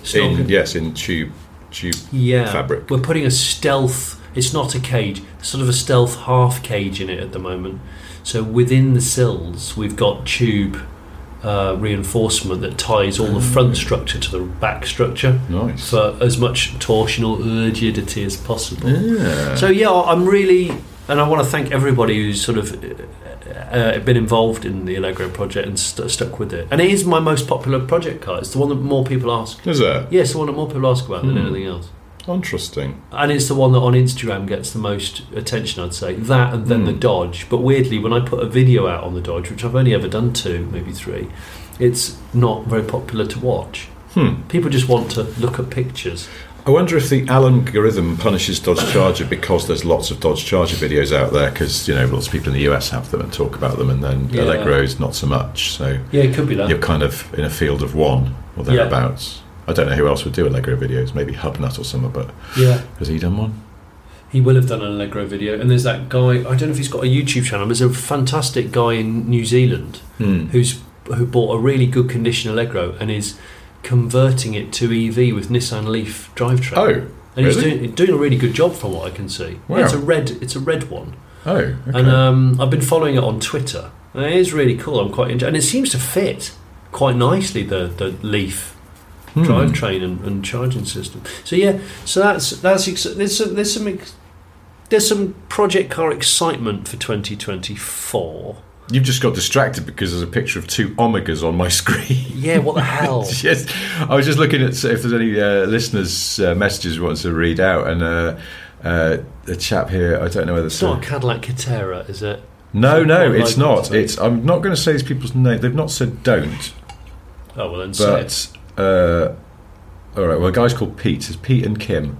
It's not Mm. in, gonna- yes, in tube tube yeah, fabric. We're putting a stealth. It's not a cage. Sort of a stealth half cage in it at the moment. So within the sills, we've got tube uh, reinforcement that ties all the front structure to the back structure Mm. Nice. for as much torsional rigidity as possible. So yeah, I'm really, and I want to thank everybody who's sort of uh, uh, been involved in the Allegro project and st- stuck with it. And it is my most popular project card. It's the one that more people ask. Is there? Yeah, it's the one that more people ask about than anything else. Interesting. And it's the one that on Instagram gets the most attention, I'd say. That and then the Dodge. But weirdly, when I put a video out on the Dodge, which I've only ever done two, maybe three, it's not very popular to watch. People just want to look at pictures. I wonder if the algorithm punishes Dodge Charger because there's lots of Dodge Charger videos out there because you know lots of people in the US have them and talk about them, and then Yeah. Allegro's not so much. So Yeah, it could be that. you're kind of in a field of one or Yeah. thereabouts. I don't know who else would do Allegro videos. Maybe Hubnut or someone, but Yeah. has he done one? He will have done an Allegro video. And there's that guy, I don't know if he's got a YouTube channel, but there's a fantastic guy in New Zealand Hmm. who's who bought a really good condition Allegro and is converting it to EV with Nissan Leaf drivetrain. Oh, and he's really? doing, doing a really good job from what I can see. Wow. It's a red, it's a red one, Oh, okay. and um, I've been following it on Twitter. And it is really cool. I'm quite into, and it seems to fit quite nicely the the Leaf Hmm. drivetrain and, and charging system. So yeah, so that's that's ex- there's some, there's some ex- there's some project car excitement for 2024. You've just got distracted because there's a picture of two omegas on my screen. Yeah, what the hell? yes, I was just looking at if there's any uh, listeners' uh, messages we want to read out, and uh, uh, the chap here, I don't know whether It's not a Cadillac Catera, is it? No, no, Not it's like not. it. It's I'm not going to say these people's name. They've not said don't, Oh well, then say it. but uh, all right. Well, a guy's called Pete. It's Pete and Kim.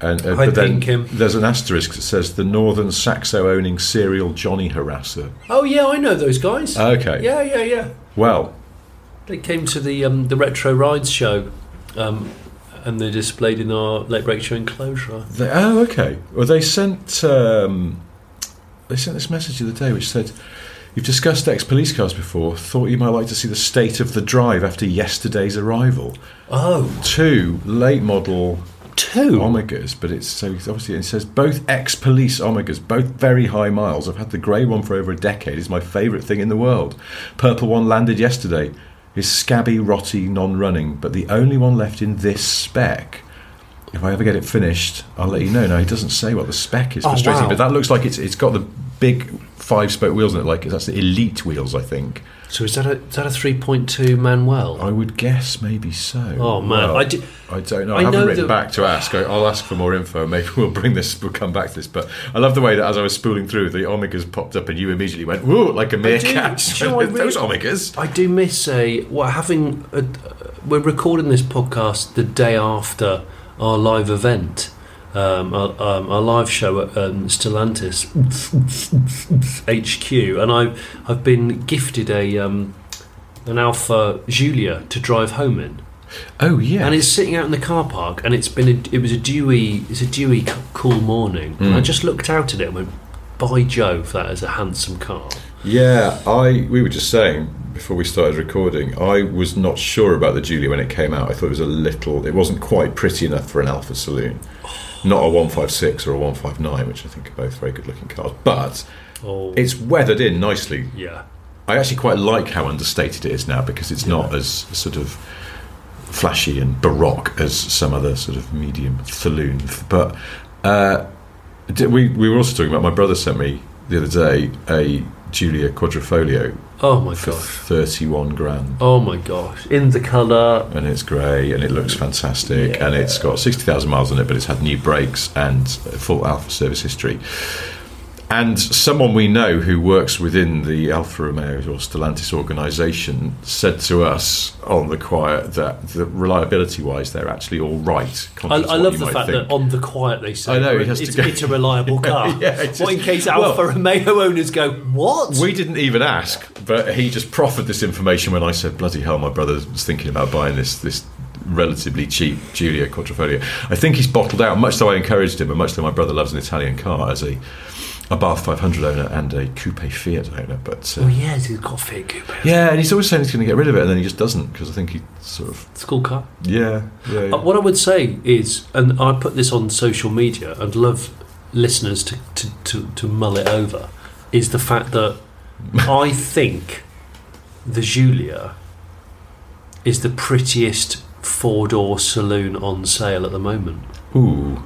And, uh, Hi, but Pete then and Kim. there's an asterisk that says the Northern Saxo owning serial Johnny harasser. Oh yeah, I know those guys. Okay. Yeah, yeah, yeah. Well, They came to the um, the retro rides show, um, and they displayed in our late break show enclosure. They, oh, okay. Well, they sent um, they sent this message the other day, which said, "You've discussed ex police cars before. Thought you might like to see the state of the drive after yesterday's arrival. Oh, Two late model two. Omegas, but it's so it's obviously it says both ex police Omegas, both very high miles. I've had the grey one for over a decade. It's my favourite thing in the world. Purple one landed yesterday. Is scabby, rotty, non-running, but the only one left in this spec. If I ever get it finished, I'll let you know. No, he doesn't say what the spec is. Oh, Frustrating, wow. but that looks like it's it's got the big five-spoke wheels in it. Like that's the elite wheels, I think. So is that a is that a three point two Manuel? I would guess maybe so. Oh, man. Well, I di- I don't know. I, I haven't know written that- back to ask. I, I'll ask for more info. Maybe we'll bring this. We'll come back to this. But I love the way that as I was spooling through, the omegas popped up, and you immediately went whoa like a meerkat. do you know, I really- Those omegas. I do miss a well having a, we're recording this podcast the day after our live event. Um, our, um, our live show at um, Stellantis HQ, and I I've been gifted a um, an Alpha Julia to drive home in. Oh yeah. And it's sitting out in the car park, and it's been a, it was a dewy it's a dewy c- cool morning. And I Hmm. just looked out at it and went, "By Jove, that is a handsome car." Yeah, I we were just saying before we started recording, I was not sure about the Julia when it came out. I thought it was a little it wasn't quite pretty enough for an Alpha Saloon. Not a 156 or a 159, which I think are both very good looking cars, but Oh. it's weathered in nicely. Yeah, I actually quite like how understated it is now because it's not as sort of flashy and baroque as some other sort of medium saloon. But uh, d- we we were also talking about. My brother sent me the other day a Julia Quadrifoglio Oh my for gosh. thirty-one grand, Oh my gosh. In the colour. and it's grey and it looks fantastic, and it's got sixty thousand miles on it, but it's had new brakes and full Alpha service history. And someone we know who works within the Alfa Romeo or Stellantis organisation said to us on the quiet that, that reliability-wise, they're actually all right. I, contrary to I what love you the might fact think. that on the quiet they say I know, it it's, has to go- it's a reliable car. Yeah, it's what in just- case well- Alfa Romeo owners go, what? We didn't even ask, but he just proffered this information when I said, "Bloody hell, my brother was thinking about buying this this relatively cheap Giulia Quattrofoglio." I think he's bottled out. Much though I encouraged him, and much though my brother loves an Italian car as a a Bath 500 owner and a coupe Fiat owner, but. oh Uh, yeah, it's got a fair coupe. yeah, and he's always saying he's going to get rid of it, and then he just doesn't because I think he sort of It's a cool car. yeah. yeah, yeah. Uh, what I would say is, and I put this on social media, I'd love listeners to, to, to, to mull it over, is the fact that I think the Julia is the prettiest four door saloon on sale at the moment. Ooh,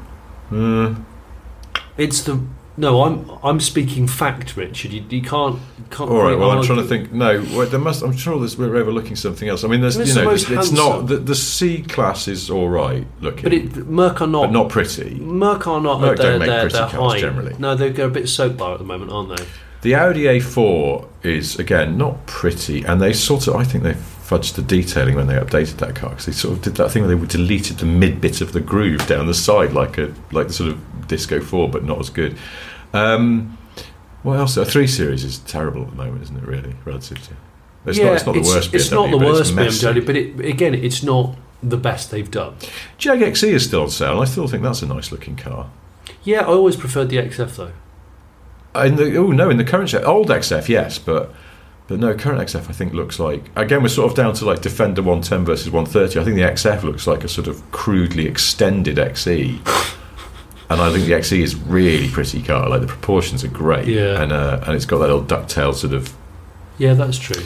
It's the No, I'm I'm speaking fact, Richard. You, you can't you can't. All right. really Well, I'm argue- trying to think. No, well, there must. I'm sure there's, we're overlooking something else. I mean, there's And it's you know, the most it's, it's not handsome. the, the C class is all right looking, But it, Merc are not. but not pretty. Merc are not. Merc at their, don't make their, pretty their cars height. generally. No, they're, they're a bit soap bar at the moment, aren't they? The Audi A4 is again not pretty, and they sort of. I think they fudged the detailing when they updated that car because they sort of did that thing where they deleted the mid bit of the groove down the side, like a like the sort of Disco 4, but not as good. Um, what else? A three series is terrible at the moment, isn't it? Really, relative to. It's not. It's not the worst. It's BMW, not the but worst messy. BMW, but it, again, it's not the best they've done. Jag XE E is still on sale. I still think that's a nice looking car. Yeah, I always preferred the XF though. In the oh no, in the current shape- old XF, yes, but but no, current XF I think looks like again we're sort of down to like Defender 110 versus 130. I think the XF looks like a sort of crudely extended XE. And I think the XE is really pretty car. Like the proportions are great, Yeah. and uh, and it's got that little ducktail sort of Yeah, that's true.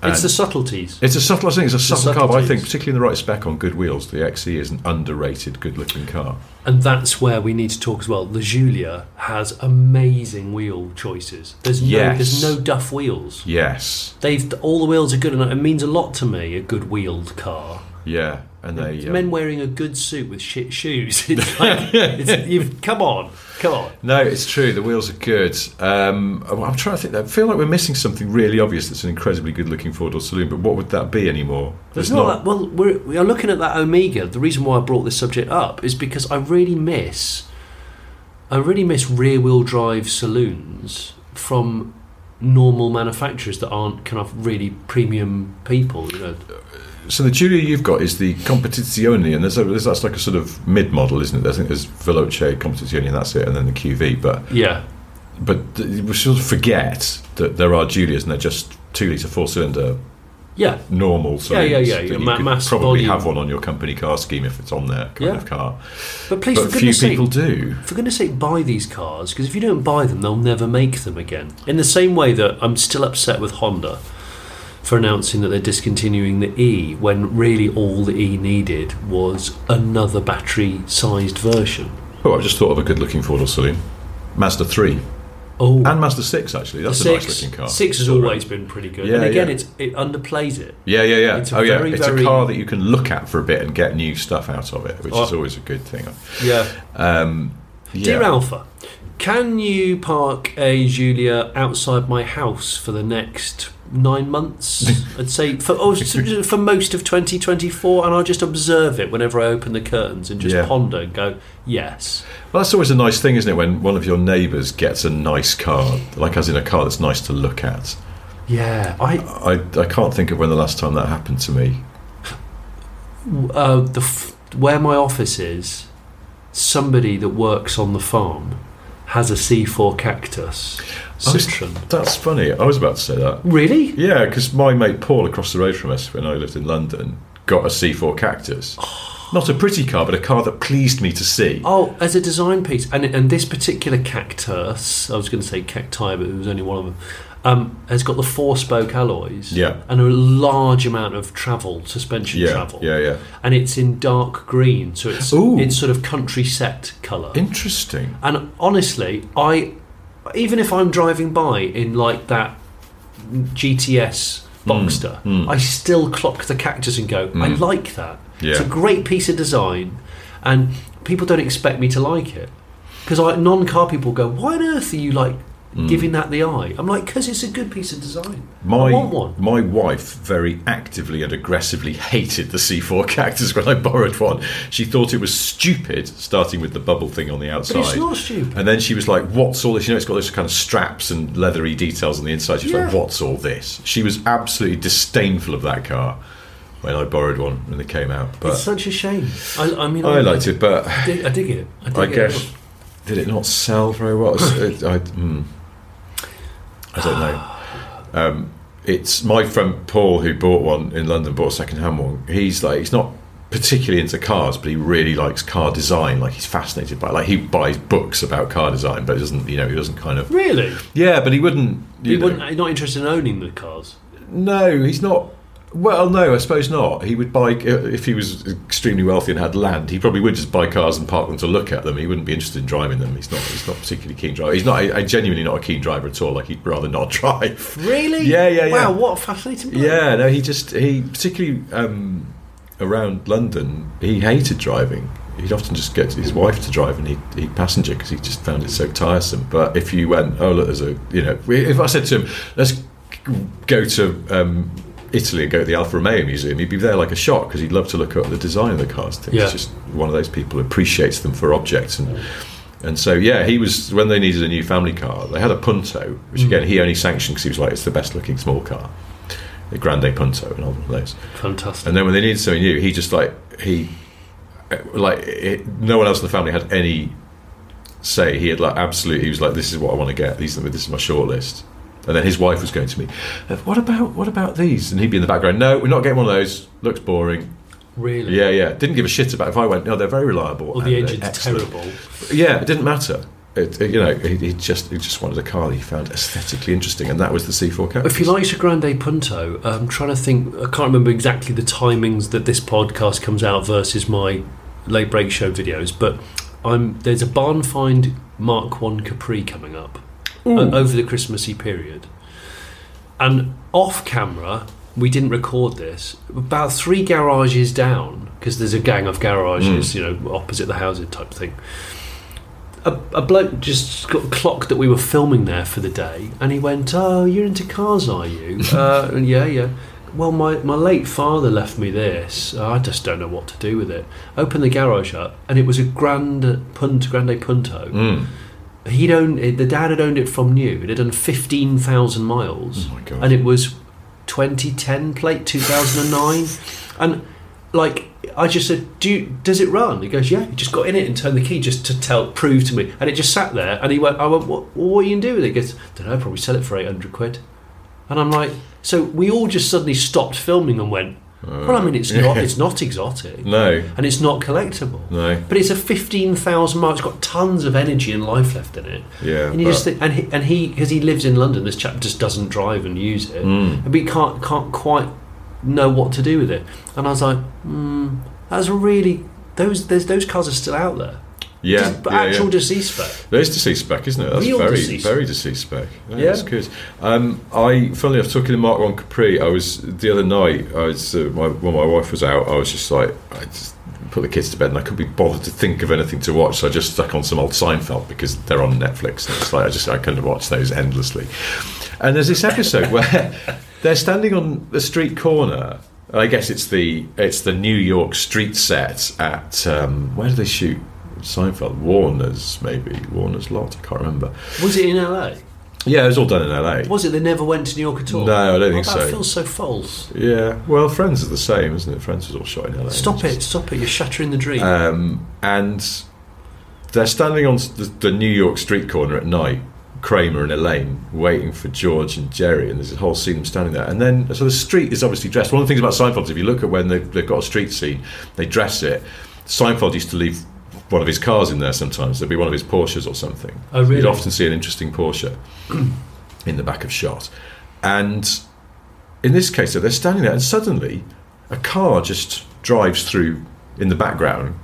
And- it's the subtleties. It's a subtle, I think it's a subtle car, but I subtleties. think particularly in the right spec on good wheels, the XE is an underrated, good-looking car. And that's where we need to talk as well. The Julia has amazing wheel choices. There's no Yes. there's no duff wheels. Yes, They've all the wheels are good and it means a lot to me, a good wheeled car. yeah, and they um, Men wearing a good suit with shit shoes. It's like it's, you've come on. Come on. No, it's true. The wheels are good. Um, I'm I'm trying to think. I feel like we're missing something really obvious. That's an incredibly good-looking four-door saloon, but what would that be anymore? There's not, that. Well, we're, we are looking at that Omega. The reason why I brought this subject up is because I really miss, I really miss rear-wheel drive saloons from normal manufacturers that aren't kind of really premium people. You know, So the Julia you've got is the Competizione, and there's, a, there's that's like a sort of mid-model, isn't it? I think there's Veloce, Competizione, and that's it, and then the QV. But yeah, but th- we sort of forget that there are Julias, and they're just two-liter four-cylinder yeah, normal Yeah, saloons. yeah, yeah, that yeah, You ma- could mass probably volume. have one on your company car scheme if it's on there kind Yeah. of car. but please, But for few goodness sake, people do. for goodness sake, buy these cars because if you don't buy them, they'll never make them again. In the same way that I'm still upset with Honda for announcing that they're discontinuing the E when really all the E needed was another battery sized version. Oh, I've just thought of a good-looking four-door saloon, Mazda three. Oh, And Mazda 6, actually. That's six, a nice looking car. Six has always been pretty good. Yeah, and again, yeah. it's, it underplays it. Yeah, yeah, yeah. It's a oh, yeah. very, it's very- a car that you can look at for a bit and get new stuff out of it, which is Oh. always a good thing. Yeah. Um, yeah. Dear Alpha, can you park a Julia outside my house for the next nine months? I'd say for oh, s- for most of 2024, and I'll just observe it whenever I open the curtains and just Yeah. ponder and go, yes. Well, that's always a nice thing, isn't it, when one of your neighbours gets a nice car, like as in a car that's nice to look at. Yeah, I I, I can't think of when the last time that happened to me. uh, the f- where my office is, somebody that works on the farm has a C4 cactus I was- citron. That's funny. I was about to say that. Really? Yeah, because my mate Paul across the road from us when I lived in London got a C4 Cactus. Not a pretty car, but a car that pleased me to see. Oh, as a design piece, and and this particular cactus, I was going to say cacti, but it was only one of them. Um, has got the four-spoke alloys, Yeah. and a large amount of travel suspension yeah, travel, yeah, yeah. and it's in dark green, so it's Ooh. it's sort of country set colour. Interesting. and honestly, I even if I'm driving by in like that GTS Hmm. Boxster, I still clock the cactus and go, I like that. It's a Yeah. great piece of design, and people don't expect me to like it because non-car people go, why on earth are you like? Hmm. Giving that the eye, I'm like, because it's a good piece of design. My I want one. my wife very actively and aggressively hated the C4 cactus when I borrowed one. She thought it was stupid, starting with the bubble thing on the outside. not stupid. And then she was like, "What's all this?" You know, it's got those kind of straps and leathery details on the inside. She was like, Yeah. "What's all this?" She was absolutely disdainful of that car when I borrowed one when they came out. it's But such a shame. I, I mean, I liked it, but I dig, I dig it. I, dig I it. guess did it not sell very well? It's- it- I, hmm. I don't know. Um, it's my friend Paul who bought one in London, bought a second-hand one. He's like, he's not particularly into cars, but he really likes car design. Like he's fascinated by, it. like he buys books about car design, but he doesn't, you know, he doesn't kind of. Really, Yeah, but he wouldn't. You he know, wouldn't. Not interested in owning the cars. No, he's not. Well, no, I suppose not. He would buy uh, if he was extremely wealthy and had land. He probably would just buy cars and park them to look at them. He wouldn't be interested in driving them. He's not. He's not particularly keen driver. He's not. I genuinely not a keen driver at all. Like he'd rather not drive. Really? Yeah, yeah, yeah. Wow, what a fascinating bloke. Yeah. No, he just he particularly um, around London. He hated driving. He'd often just get his wife to drive and he'd, he'd passenger because he just found it so tiresome. But if you went, oh look, there's a you know, if I said to him, let's go to um, Italy and go to the Alfa Romeo Museum, he'd be there like a shot because he'd love to look at the design of the cars. Things. Yeah. He's just one of those people who appreciates them for objects. And and so, yeah, he was, when they needed a new family car, they had a Punto, which again, he only sanctioned because he was like, it's the best looking small car. The Grande Punto and all of those. Fantastic. And then when they needed something new, he just like, he, like, it, no one else in the family had any say. He had like, absolutely, he was like, this is what I want to get. These, this is my short list. And then his wife was going to me, "Uh, what about, what about these? And he'd be in the background, no, we're not getting one of those. Looks boring. Really? Yeah, yeah. Didn't give a shit about if I went, no, they're very reliable. Well, the and they're engine's excellent." terrible. Yeah, it didn't matter. It, it- you know, he, he just he just wanted a car that he found aesthetically interesting, and that was the C4 Cactus. If you liked a Grande Punto, I'm trying to think. I can't remember exactly the timings that this podcast comes out versus my late break show videos, but I'm there's a barn find Mark One Capri coming up o- over the Christmassy period, and off camera we didn't record this. About three garages down because there's a gang of Mm. garages, you know, opposite the houses type thing a, a bloke just got clocked that we were filming there for the day, and he went, "Oh, you're into cars, are you?" uh, and yeah, yeah. Well, my, my late father left me this. Uh, I just don't know what to do with it. Opened the garage up, and it was a Grand Punto, Grande Punto. He'd owned it, the dad had owned it from new. It had done fifteen thousand miles, Oh my God. and it was 2010 plate, 2009, and like I just said, "Do you, does it run?" He goes, "Yeah." He just got in it and turned the key just to tell, prove to me, and it just sat there. And he went, "I went, what, what are you gonna do with it?" He goes, "Don't know. Probably sell it for 800 quid." And I'm like, so we all just suddenly stopped filming and went, "Well, I mean, it's not, it's not exotic." Oh. no, and it's not collectible. No. but it's a fifteen thousand mile. It's got tons of energy and life left in it. Yeah, and you just but- think, and he, and he because he lives in London, this chap just doesn't drive and use it, Hmm. and we can't can't quite know what to do with it. And I was like, mm, that's really those there's, those cars are still out there. yeah, Just- but yeah, actual yeah. deceased spec. There's deceased spec, isn't it? That's Real very, deceased. very deceased spec. Yeah, Yeah. that's good. Um, I, funnily enough, talking to Mark One Capri, I was the other night. I was uh, my, when my wife was out. I was just like, I just put the kids to bed, and I couldn't be bothered to think of anything to watch. So I just stuck on some old Seinfeld because they're on Netflix, and it's like I just I couldn't watch those endlessly. And there's this episode where they're standing on the street corner. and I guess it's the it's the New York street set at um, where do they shoot Seinfeld? Warner's maybe Warner's lot. I can't remember. Was it in LA? Yeah, it was all done in LA. Was it they never went to New York at all? No, I don't Oh, think That so. feels so false. Yeah, well, Friends is the same, isn't it? Friends was all shot in LA. Stop it! Stop it! You're shattering the dream. Uh, and they're standing on the, the New York street corner at night, Kramer and Elaine, waiting for George and Jerry, and there's a whole scene of them standing there. And then, so the street is obviously dressed. One of the things about Seinfeld is if you look at when they've, they've got a street scene, they dress it. Seinfeld used to leave one of his cars in there sometimes. There'd be one of his Porsches or something. Oh, really? You'd often see an interesting Porsche in the back of shot. And in this case, though, they're standing there, and suddenly a car just drives through in the background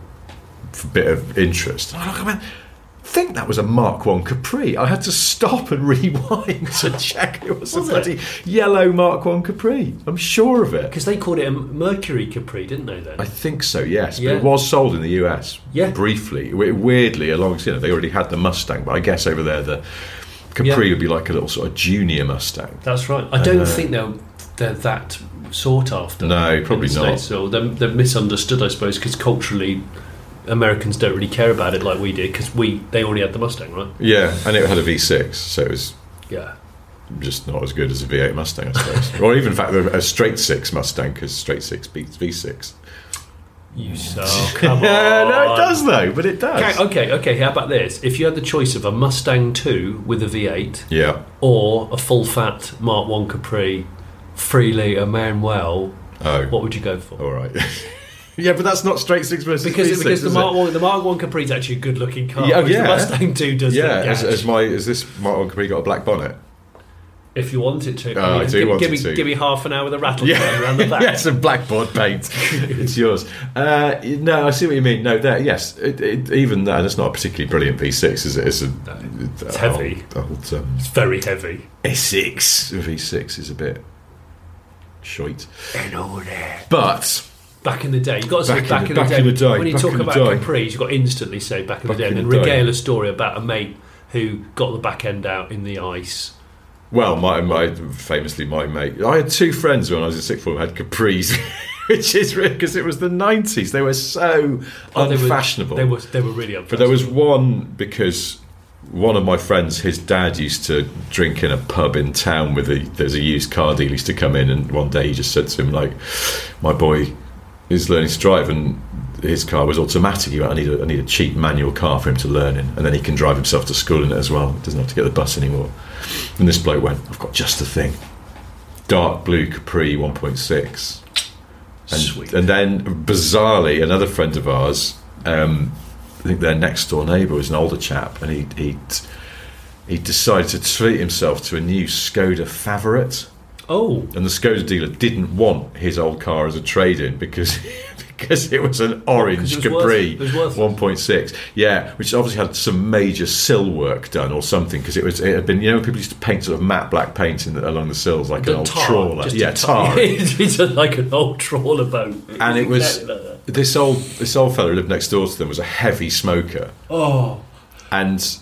for a bit of Oh, interest. And I'm like, man, I think that was a Mark One Capri. I had to stop and rewind to check it was, Was a it? bloody yellow Mark One Capri. I'm sure of it. because they called it a Mercury Capri, didn't they? Then I think so, yes. But Yeah. it was sold in the US Yeah. briefly. W- Weirdly, along you know, they already had the Mustang, but I guess over there the Capri Yeah. would be like a little sort of junior Mustang. That's right. I don't think they're they're that sought after. uh, No, in probably the not. States, so they're, they're misunderstood, I suppose, because culturally, Americans don't really care about it like we did because we they already had the Mustang, right? Yeah, and it had a V6, so it was Yeah. just not as good as a V8 Mustang, I suppose. or even, in fact, a straight six Mustang, because straight six beats V6. Mm. You so come Yeah, on. no, it does though, but it does. Okay, okay, okay. How about this? If you had the choice of a Mustang 2 with a V8 Yeah. or a full fat Mark 1 Capri, three litre Manuel, Oh. what would you go for? All right. yeah, but that's not straight six versus Because, V6, because the, is Mark it? 1, the Mark 1 Capri is actually a good looking car. Yeah, whereas yeah. The Mustang 2 does Yeah, look has, gash. has my has this Mark One Capri got a black bonnet? If you wanted to, Oh, I do give, want give it me, to. Give me half an hour with a rattle yeah. around the back. yes, and blackboard paint. it's yours. Uh, no, I see what you mean. No, that yes, it, it, even that. It's not a particularly brilliant V6, is it? It's, a, it's heavy. Old, old, um, It's very heavy. Essex V6 is a bit shite. But Back in the day, you got to say Back in the- back in the back day. in the day, When you back talk in the about day. capris, you've got to instantly say back in Back the day, in and then the day. regale a story about a mate who got the back end out in the ice. well, my, my famously my mate. I had two friends when I was in sixth form who had capris. Which is weird because it was the nineties. They were so But Oh, they were- unfashionable. They were they were really But unfashionable. there was one because one of my friends, his dad used to drink in a pub in town with a there's a used car dealer used to come in, and one day he just said to him like, "My boy is learning to drive, and his car was automatic. He went, I need a, I need a cheap manual car for him to learn in, and then he can drive himself to school in it as well. He doesn't have to get the bus anymore." And this bloke went, "I've got just the thing." Dark blue Capri 1.6. And, Sweet. and then, bizarrely, another friend of ours, um, I think their next door neighbour was an older chap, and he he he decided to treat himself to a new Skoda Favourite, oh, and the Skoda dealer didn't want his old car as a trade-in because. Because it was an orange 'Cause it was Capri worth- it was worth- 1.6, yeah, which obviously had some major sill work done or something because it was it had been you know people used to paint sort of matte black paint in the, along the sills like an the old tar, trawler, just a yeah, tar, it's like an old trawler boat. and it was exactly like this old this old fella who lived next door to them was a heavy smoker. Oh, and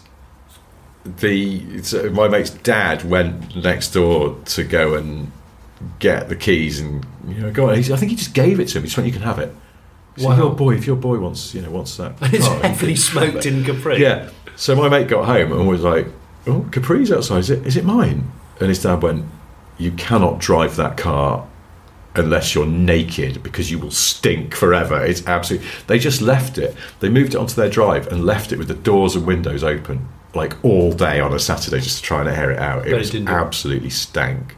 the so my mate's dad went next door to go and get the keys and you know go on. He's, I think he just gave it to him. He just went, "You can have it." So Wow. your boy, if your boy wants, you know, wants that, that. It's car, he can heavily have it." smoked in Capri. Oh, Yeah. So my mate got home and was like, "Oh, Capri's outside. Is it? Is it mine?" And his dad went, "You cannot drive that car unless you're naked because you will stink forever. It's absolutely." They just left it. They moved it onto their drive and left it with the doors and windows open, like all day on a Saturday, just to try and air it out. It But it was didn't do it. absolutely stank.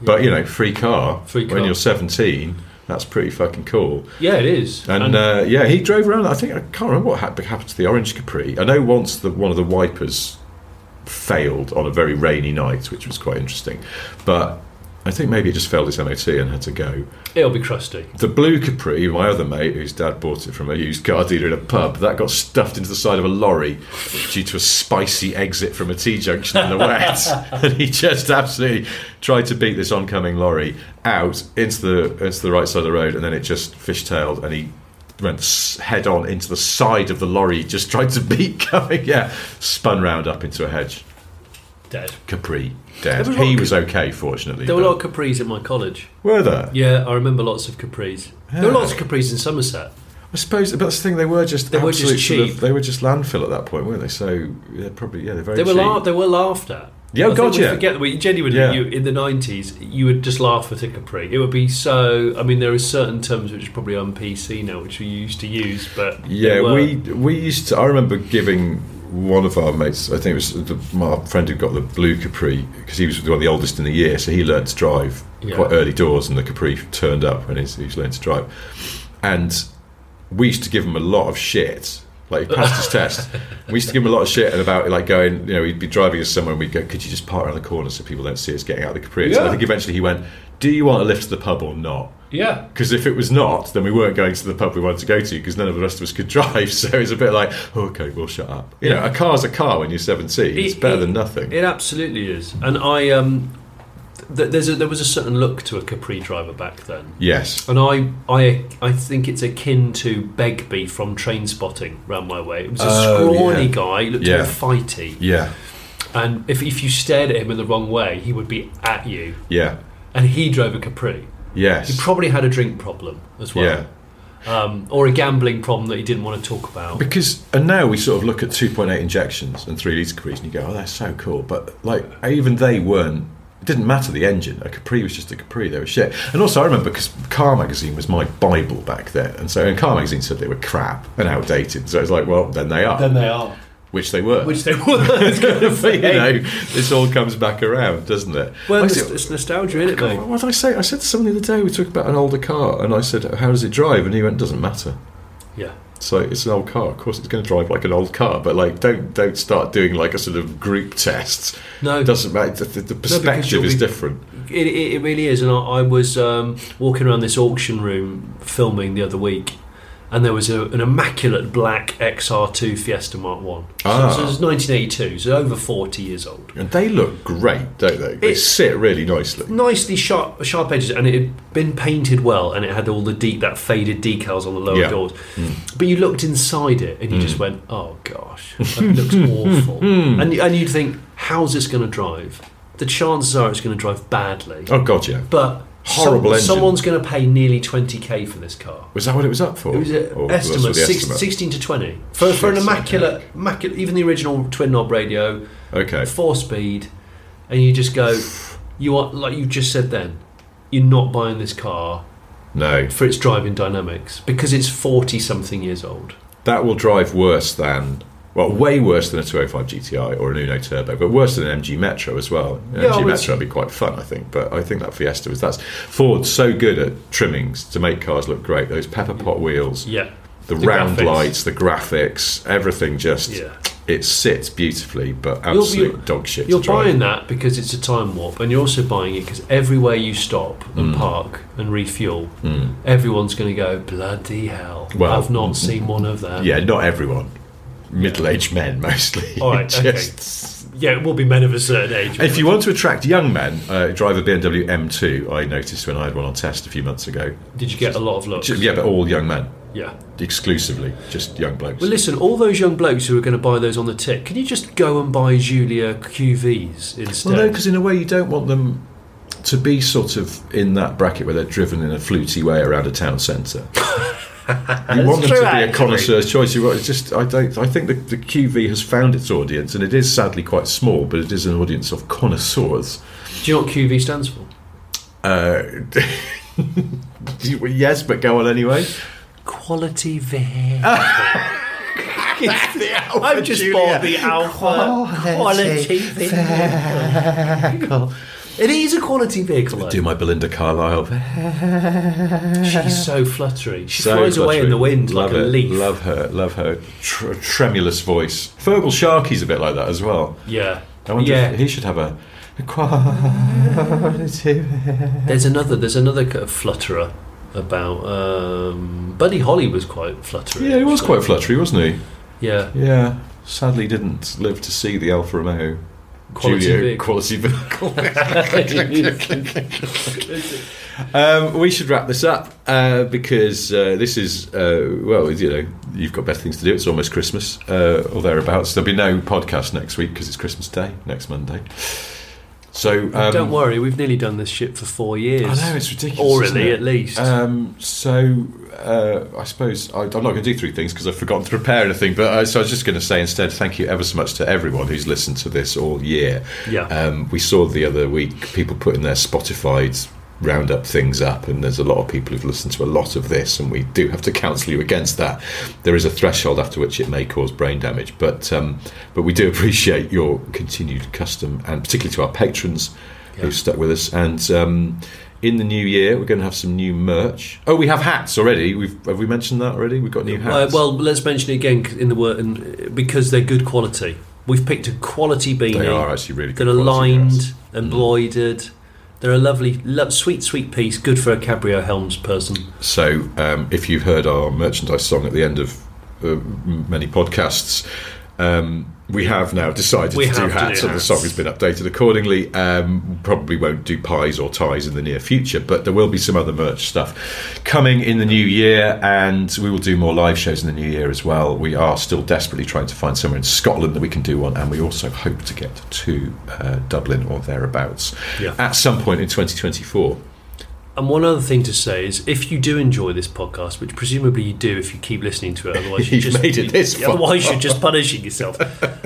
But you know, free car. Free When car. you're 17, that's pretty fucking cool. yeah, it is. And, uh, yeah, he drove around. I think I can't remember what hap- happened to the orange Capri. I know once the one of the wipers failed on a very rainy night, which was quite interesting. But I think maybe it just failed its MOT and had to go. it'll be crusty. The blue Capri, my other mate, whose dad bought it from a used car dealer in a pub, that got stuffed into the side of a lorry due to a spicy exit from a T junction in the wet. and he just absolutely tried to beat this oncoming lorry out into the into the right side of the road, and then it just fishtailed, and he went s- head on into the side of the lorry, just tried to beat coming, yeah, spun round up into a hedge. Dead. Capri dead. There was a lot He of- was okay, fortunately. There were a but- lot of Capris at my college. were there? Yeah, I remember lots of Capris. There were lots of Capris in Somerset. I suppose, but that's the thing. They were just They were just absolute sort of- cheap. they were just landfill at that point, weren't they? So they're probably yeah, they're very They were cheap. la- they were laughed at. Yeah, oh I God, think we yeah. Forget that we genuinely Yeah. you, in the nineties you would just laugh at a Capri. It would be so. I mean, there are certain terms which are probably on PC now, which we used to use, but they yeah, were- we we used to. I remember giving one of our mates. I think it was the, my friend who got the blue Capri because he was one of the oldest in the year, so he learned to drive Yeah. quite early doors, and the Capri turned up when he's, he's learned to drive. And we used to give him a lot of shit. Like he passed his test. We used to give him a lot of shit and about like going, you know, he'd be driving us somewhere and we'd go, Could you just park around the corner so people don't see us getting out of the Capri? So I Yeah. think eventually he went, Do you want a lift to the pub or not? yeah. Because if it was not, then we weren't going to the pub we wanted to go to because none of the rest of us could drive. So it's a bit like, "Oh, okay, well, shut up. You know, a car's a car when you're 17. It's It- better it- than nothing. It absolutely is, and I um, th- there's a, there was a certain look to a Capri driver back then. yes. And I, I, I think it's akin to Begbie from Train Spotting round my way. It was a Oh, scrawny yeah. guy, looked Yeah. a bit fighty, Yeah. and if, if you stared at him in the wrong way, he would be at you. Yeah. And he drove a Capri. Yes. He probably had a drink problem as well, yeah. um, or a gambling problem that he didn't want to talk about. Because and now we sort of look at 2.8 injections and three litre Capris and you go, oh, that's so cool. But like even they weren't. It didn't matter the engine. A Capri was just a Capri. They were shit. And also I remember because Car Magazine was my bible back then, and so and Car Magazine said they were crap and outdated. So it's like, well, then they are, they are, which they were. which they were. you know, this all comes back around, doesn't it? well, I it's, said- it's nostalgia, isn't it, God, though? what did I say? I said to someone the other day, we talked about an older car, and I said, how does it drive? And he went, doesn't matter. Yeah. So it's an old car. Of course, it's going to drive like an old car. But like, don't don't start doing like a sort of group test. No. it doesn't matter. The, the perspective you'll is be- different. It, it, it really is. And I, I was um, walking around this auction room filming the other week, and there was a, an immaculate black XR2 Fiesta Mark 1. Ah. So, so it's 1982, so over 40 years old. And they look great, don't they? They It- sit really nicely. Nicely sharp, sharp edges, and it had been painted well, and it had all the deep, that faded decals on the lower Yeah. Mm. doors. But you looked inside it, and you just went, "Oh gosh, that looks awful." Mm. And and you'd think, "How's this going to drive?" The chances are it's going to drive badly. Oh God, yeah. But Horrible engine. someone's going to pay nearly 20k for this car. Was that what it was up for? It was an Or Oh, that's estimate, what the six- estimate? 16 to 20. For, for an Shit, immaculate, immaculate, even the original twin knob radio, Okay. four speed, and you just go, you are, like you just said then, you're not buying this car No, for its driving dynamics because it's 40 something years old. that will drive worse than. Well, way worse than a 205 GTI or an Uno Turbo, but worse than an MG Metro as well. An Yeah, I MG would- Metro would be quite fun, I think, but I think that Fiesta was that's Ford's so good at trimmings to make cars look great. Those pepper pot wheels, Yeah. the, round graphics. lights, the graphics, everything just Yeah. it sits beautifully, but You're- absolute you're- dog shit. to You're drive. buying that because it's a time warp, and you're also buying it because everywhere you stop Mm. and park and refuel, everyone's going to go bloody hell. Well- mm, I've not seen one of them. Yeah, not everyone. Middle-aged men mostly. All right, okay. yeah, it will be men of a certain age. If you want to attract young men, uh, drive a BMW M2. I noticed when I had one on test a few months ago. did you get a lot of looks? Ju- Yeah, but all young men, Yeah. exclusively, just young blokes. Well, listen, all those young blokes who are going to buy those on the tick, can you just go and buy Julia QVs instead? Well, no, because in a way you don't want them to be sort of in that bracket where they're driven in a fluty way around a town centre. you want them true, to be actually. a connoisseur's choice. You want, it's just I don't. I think the, the QV has found its audience, and it is sadly quite small, but it is an audience of connoisseurs. Do you know what QV stands for? Uh, yes, but go on anyway. Quality vehicle. I've just bought the Alpha quality, vehicle. It is a quality vehicle. though. Do my Belinda Carlisle. She's so fluttery. She So flies away in fluttery. the wind love like her, a leaf. Love her, love her tr- tremulous voice. Fergal Sharkey's a bit like that as well. Yeah. I wonder yeah. if he should have a. a quality. There's another. There's another kind of flutterer about. Um, Buddy Holly was quite fluttery. Yeah, he was actually. quite fluttery, wasn't he? Yeah. Yeah. Sadly, didn't live to see the Alfa Romeo Quality Giulio vehicle. quality vehicle. um, we should wrap this up uh, because uh, this is uh, well, you know, you've got better things to do. It's almost Christmas uh, or thereabouts. There'll be no podcast next week because it's Christmas Day next Monday. So um, Don't worry, we've nearly done this shit for four years. I know it's ridiculous. isn't Orally, it? at least. Um, so uh, I suppose I, I'm not going to do three things because I've forgotten to prepare anything. But uh, so I was just going to say instead, thank you ever so much to everyone who's listened to this all year. Yeah. Um, we saw the other week people putting their Spotify's roundup things up, and there's a lot of people who've listened to a lot of this, and we do have to counsel you against that. There is a threshold after which it may cause brain damage, but um, but we do appreciate your continued custom, and particularly to our patrons who've stuck with us. And um, in the new year, we're going to have some new merch. Oh, we have hats already. We've have we mentioned that already? We've got new Uh, hats. well, let's mention it again c- in the word and, uh, because they're good quality. We've picked a quality beanie. They are actually really good That are quality Mm. lined, hats. embroidered. They're a lovely, lo- sweet, sweet piece. Good for a Cabrio Helms person. So, um, if you've heard our merchandise song at the end of uh, many podcasts, um, we have now decided We to do have to do hats, and the hats. song has been updated accordingly. Um, probably won't do pies or ties in the near future, but there will be some other merch stuff coming in the new year, and we will do more live shows in the new year as well. We are still desperately trying to find somewhere in Scotland that we can do one, and we also hope to get to uh, Dublin or thereabouts Yeah. at some point in 2024. And one other thing to say is, if you do enjoy this podcast, which presumably you do, if you keep listening to it, otherwise you You've just made it this you- Otherwise, far. you're just punishing yourself.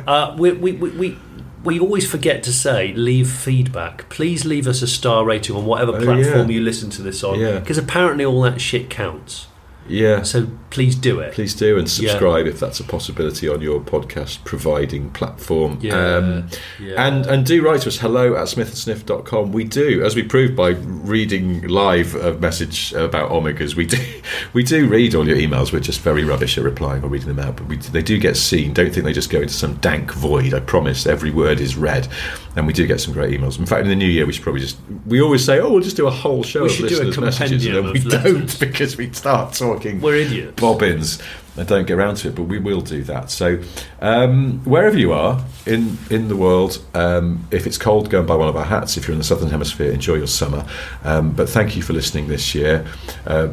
uh, we, we, we, we we always forget to say leave feedback. Please leave us a star rating on whatever Oh, platform yeah. you listen to this on, Yeah. because apparently all that shit counts. Yeah. So please do it. Please do and Yeah. subscribe if that's a possibility on your podcast providing platform. Um, Yeah, yeah. And and do write to us hello at smithandsniff.com. We do, as we proved by reading live a message about omegas, we do we do read all your emails. We're just very rubbish at replying or reading them out, but we, they do get seen. Don't think they just go into some dank void. I promise every word is read. And we do get some great emails. In fact, in the new year, we should probably just we always say, oh, we'll just do a whole show We of should do a listeners' messages, and then we compendium of letters. don't because we start talking. We're idiots. bobbins and don't get around to it, but we will do that. So, um, wherever you are in in the world, um, if it's cold, go and buy one of our hats. If you're in the southern hemisphere, enjoy your summer. Um, but thank you for listening this year. Uh,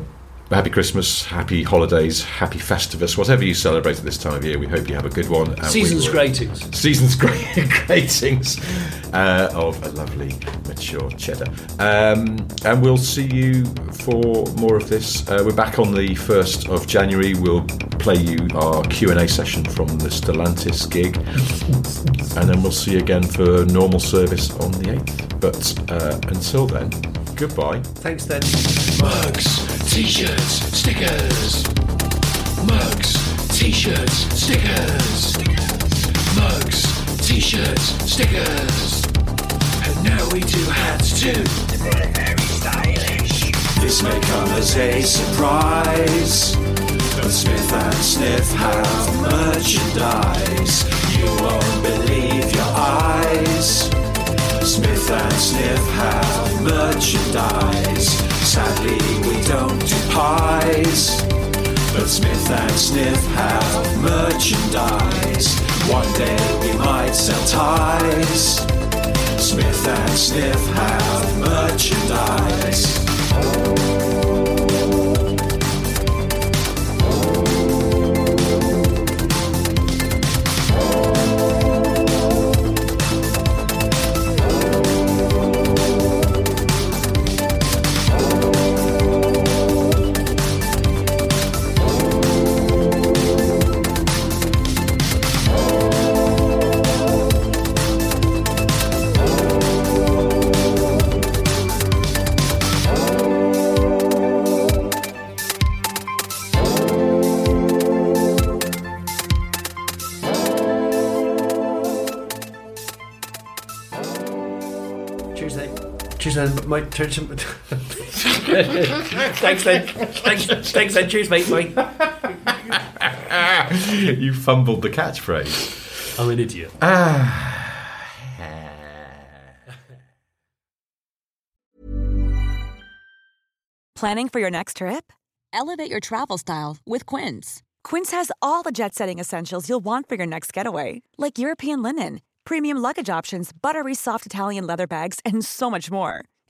happy Christmas, happy holidays, happy Festivus, whatever you celebrate at this time of year. We hope you have a good one. and we Season's will- gratings. Season's great gratings uh, of a lovely mature cheddar. Um, and we'll see you for more of this. Uh, we're back on the 1st of January. We'll play you our Q&A session from the Stellantis gig. and then we'll see you again for normal service on the 8th. But uh, until then, goodbye. Thanks then. Mugs, t-shirts, stickers. Mugs, t-shirts, stickers. Mugs, t-shirts, stickers. And now we do hats too. They're very stylish. This may come as a surprise. But Smith and Sniff have merchandise. You won't believe your eyes. Smith and Sniff have merchandise. Sadly, we don't do pies. But Smith and Sniff have merchandise. One day we might sell ties. Smith and Sniff have merchandise. Cheers then. Cheers then. My turn to... Thanks then. Thanks, thanks then. Cheers, mate. Bye. you fumbled the catchphrase. I'm an idiot. Ah. Planning for your next trip? Elevate your travel style with Quince. Quince has all the jet setting essentials you'll want for your next getaway, like European linen, premium luggage options, buttery soft Italian leather bags, and so much more.